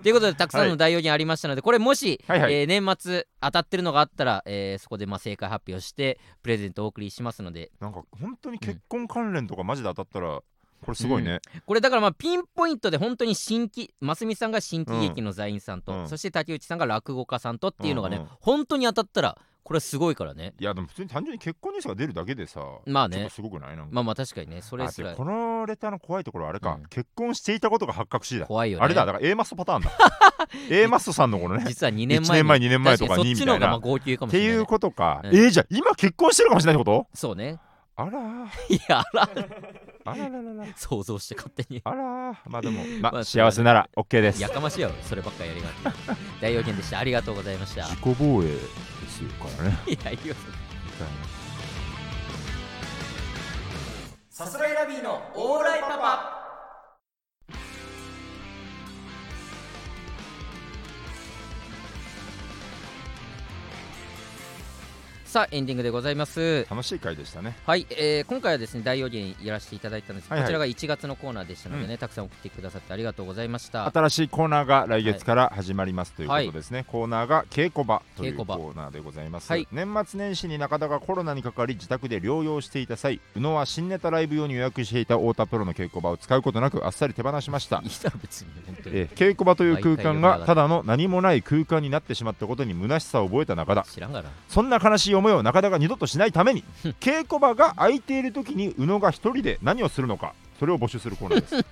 A: ということでたくさんの代用にありましたので、これもし、
B: はいはい
A: えー年末当たってるのがあったら、えーそこでまあ正解発表してプレゼントをお送りしますので
B: なんか本当に結婚関連とかマジで当たったらこれすごいね
A: これだからまあピンポイントで本当に新規ますみさんが新喜劇の座員さんと、
B: うん
A: そして竹内さんが落語家さんとっていうのがね、
B: うんうん
A: 本当に当たったらこれはすごいからね
B: いやでも普通に単純に結婚ニュースが出るだけでさ
A: まあね
B: ちょっとすごくないなんか
A: まあまあ確かにねそれ
B: あ
A: す
B: で
A: ら
B: このレターの怖いところあれ
A: う
B: か、
A: ん
B: 結婚していたことが発覚しだ、
A: 怖いよね
B: あれだだから A マストパタ ーンだ A マストさんのこのね
A: 実は2
B: 1
A: 年前
B: 年前2年前とか
A: 確に
B: に
A: そ
B: み
A: っちの
B: た
A: 方がま
B: いな
A: あ
B: っ
A: 号泣かもしてれない
B: い
A: ね、
B: うことか、
A: うん
B: えーじゃあ今結婚してるかもしれないってこと
A: そうね
B: あらー
A: いやあら
B: あらららら
A: 想像して勝手に
B: あらーまあでも、ま
A: まあ
B: あ、幸せなら OK です
A: やかましいやろそればっかやりが って大予言でしたありがとうございました
B: 自己防衛ですよからね
A: いやいいよさすらいラビーのオーライパパさあエンディングでございます
B: 楽しい回でしたね
A: はい、えー今回はですね大予言やらせていただいたんですが、
B: はい
A: こ
B: はい
A: ちらが1月のコーナーでしたのでね、たくさん送ってくださってありがとうございました
B: 新しいコーナーが来月から始まりますということですね、コーナーが稽古場という
A: 稽古
B: コ
A: 場
B: ーナーでございます、
A: はい
B: 年末年始に中田がコロナにかかり自宅で療養していた際宇野は新ネタライブ用に予約していた太田プロの稽古場を使うことなくあっさり手放しました
A: いいだろ別に本当に、
B: えー稽古場という空間
A: 毎回呼ばなかった
B: がただの何もない空間になってしまったことに虚しさを覚えた中田
A: 知らんがな
B: そんな悲しい思いを中田が二度としないために稽古場が空いている時に宇野が一人で何をするのかそれを募集するコーナーです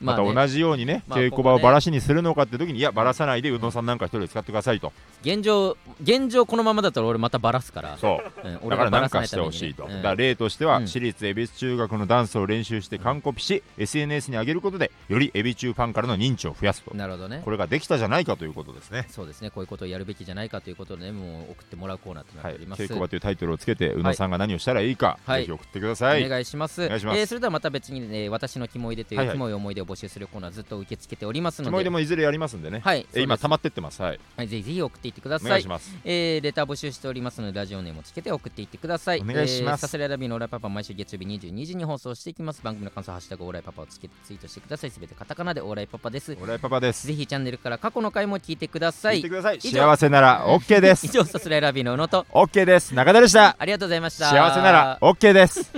B: ま
A: ね
B: た同じようにね、
A: まあ
B: 稽古場をバラしにするのかって時にいやバラさないで宇野さんなんか一人で使ってくださいと
A: 現状現状このままだったら俺またバラすから
B: そう
A: うん
B: だ
A: 俺が
B: から
A: バ
B: 何
A: ラさ
B: か
A: ない
B: したて
A: めに
B: ほ
A: ね
B: しいと、
A: うん
B: だから例として
A: う
B: は
A: ん
B: 私立恵比寿中学のダンスを練習して完コピし、SNS に上げることでより恵比寿ファンからの認知を増やすと
A: なるほどね
B: これができたじゃないかということですね
A: そうですねこういうことをやるべきじゃないかということで、ね、もう送ってもらうコーナーとなっ
B: は
A: てお
B: い、
A: ります、
B: 稽古場というタイトルをつけて宇野さんが何をしたらいいか、
A: はい
B: ぜひ送ってください、
A: お願いします
B: お願いします
A: えーそれではまた別に、ね、私のキモいでという、
B: はいはい
A: キモい思い出を募集するコーナーずっと受け付けております
B: キ
A: の
B: モ
A: で
B: イでもいずれやりますんでね、
A: はいそうです
B: え今溜まってってますはい
A: はいぜひぜひ送っていってくだ
B: お
A: さ
B: 願
A: い
B: いします
A: えーレター募集しておりますのでラジオネームをつけて送っていってください
B: お願いしま
A: え
B: す
A: ー、サスライラビーのオーライパパ毎週月曜日22時に放送していきます番組の感想はハッシュタグオーライパパをつけてツイートしてくださいすべてカタカナでオーライパパです
B: 俺はパパです
A: ぜひチャンネルから過去の回も聞いてくださ
B: 言
A: い
B: ってください
A: 以上
B: 幸せなら OK で
A: 以
B: す
A: 上サスライラビーの宇野と
B: OK です中田でした
A: ありがとうございました
B: 幸せなら OK です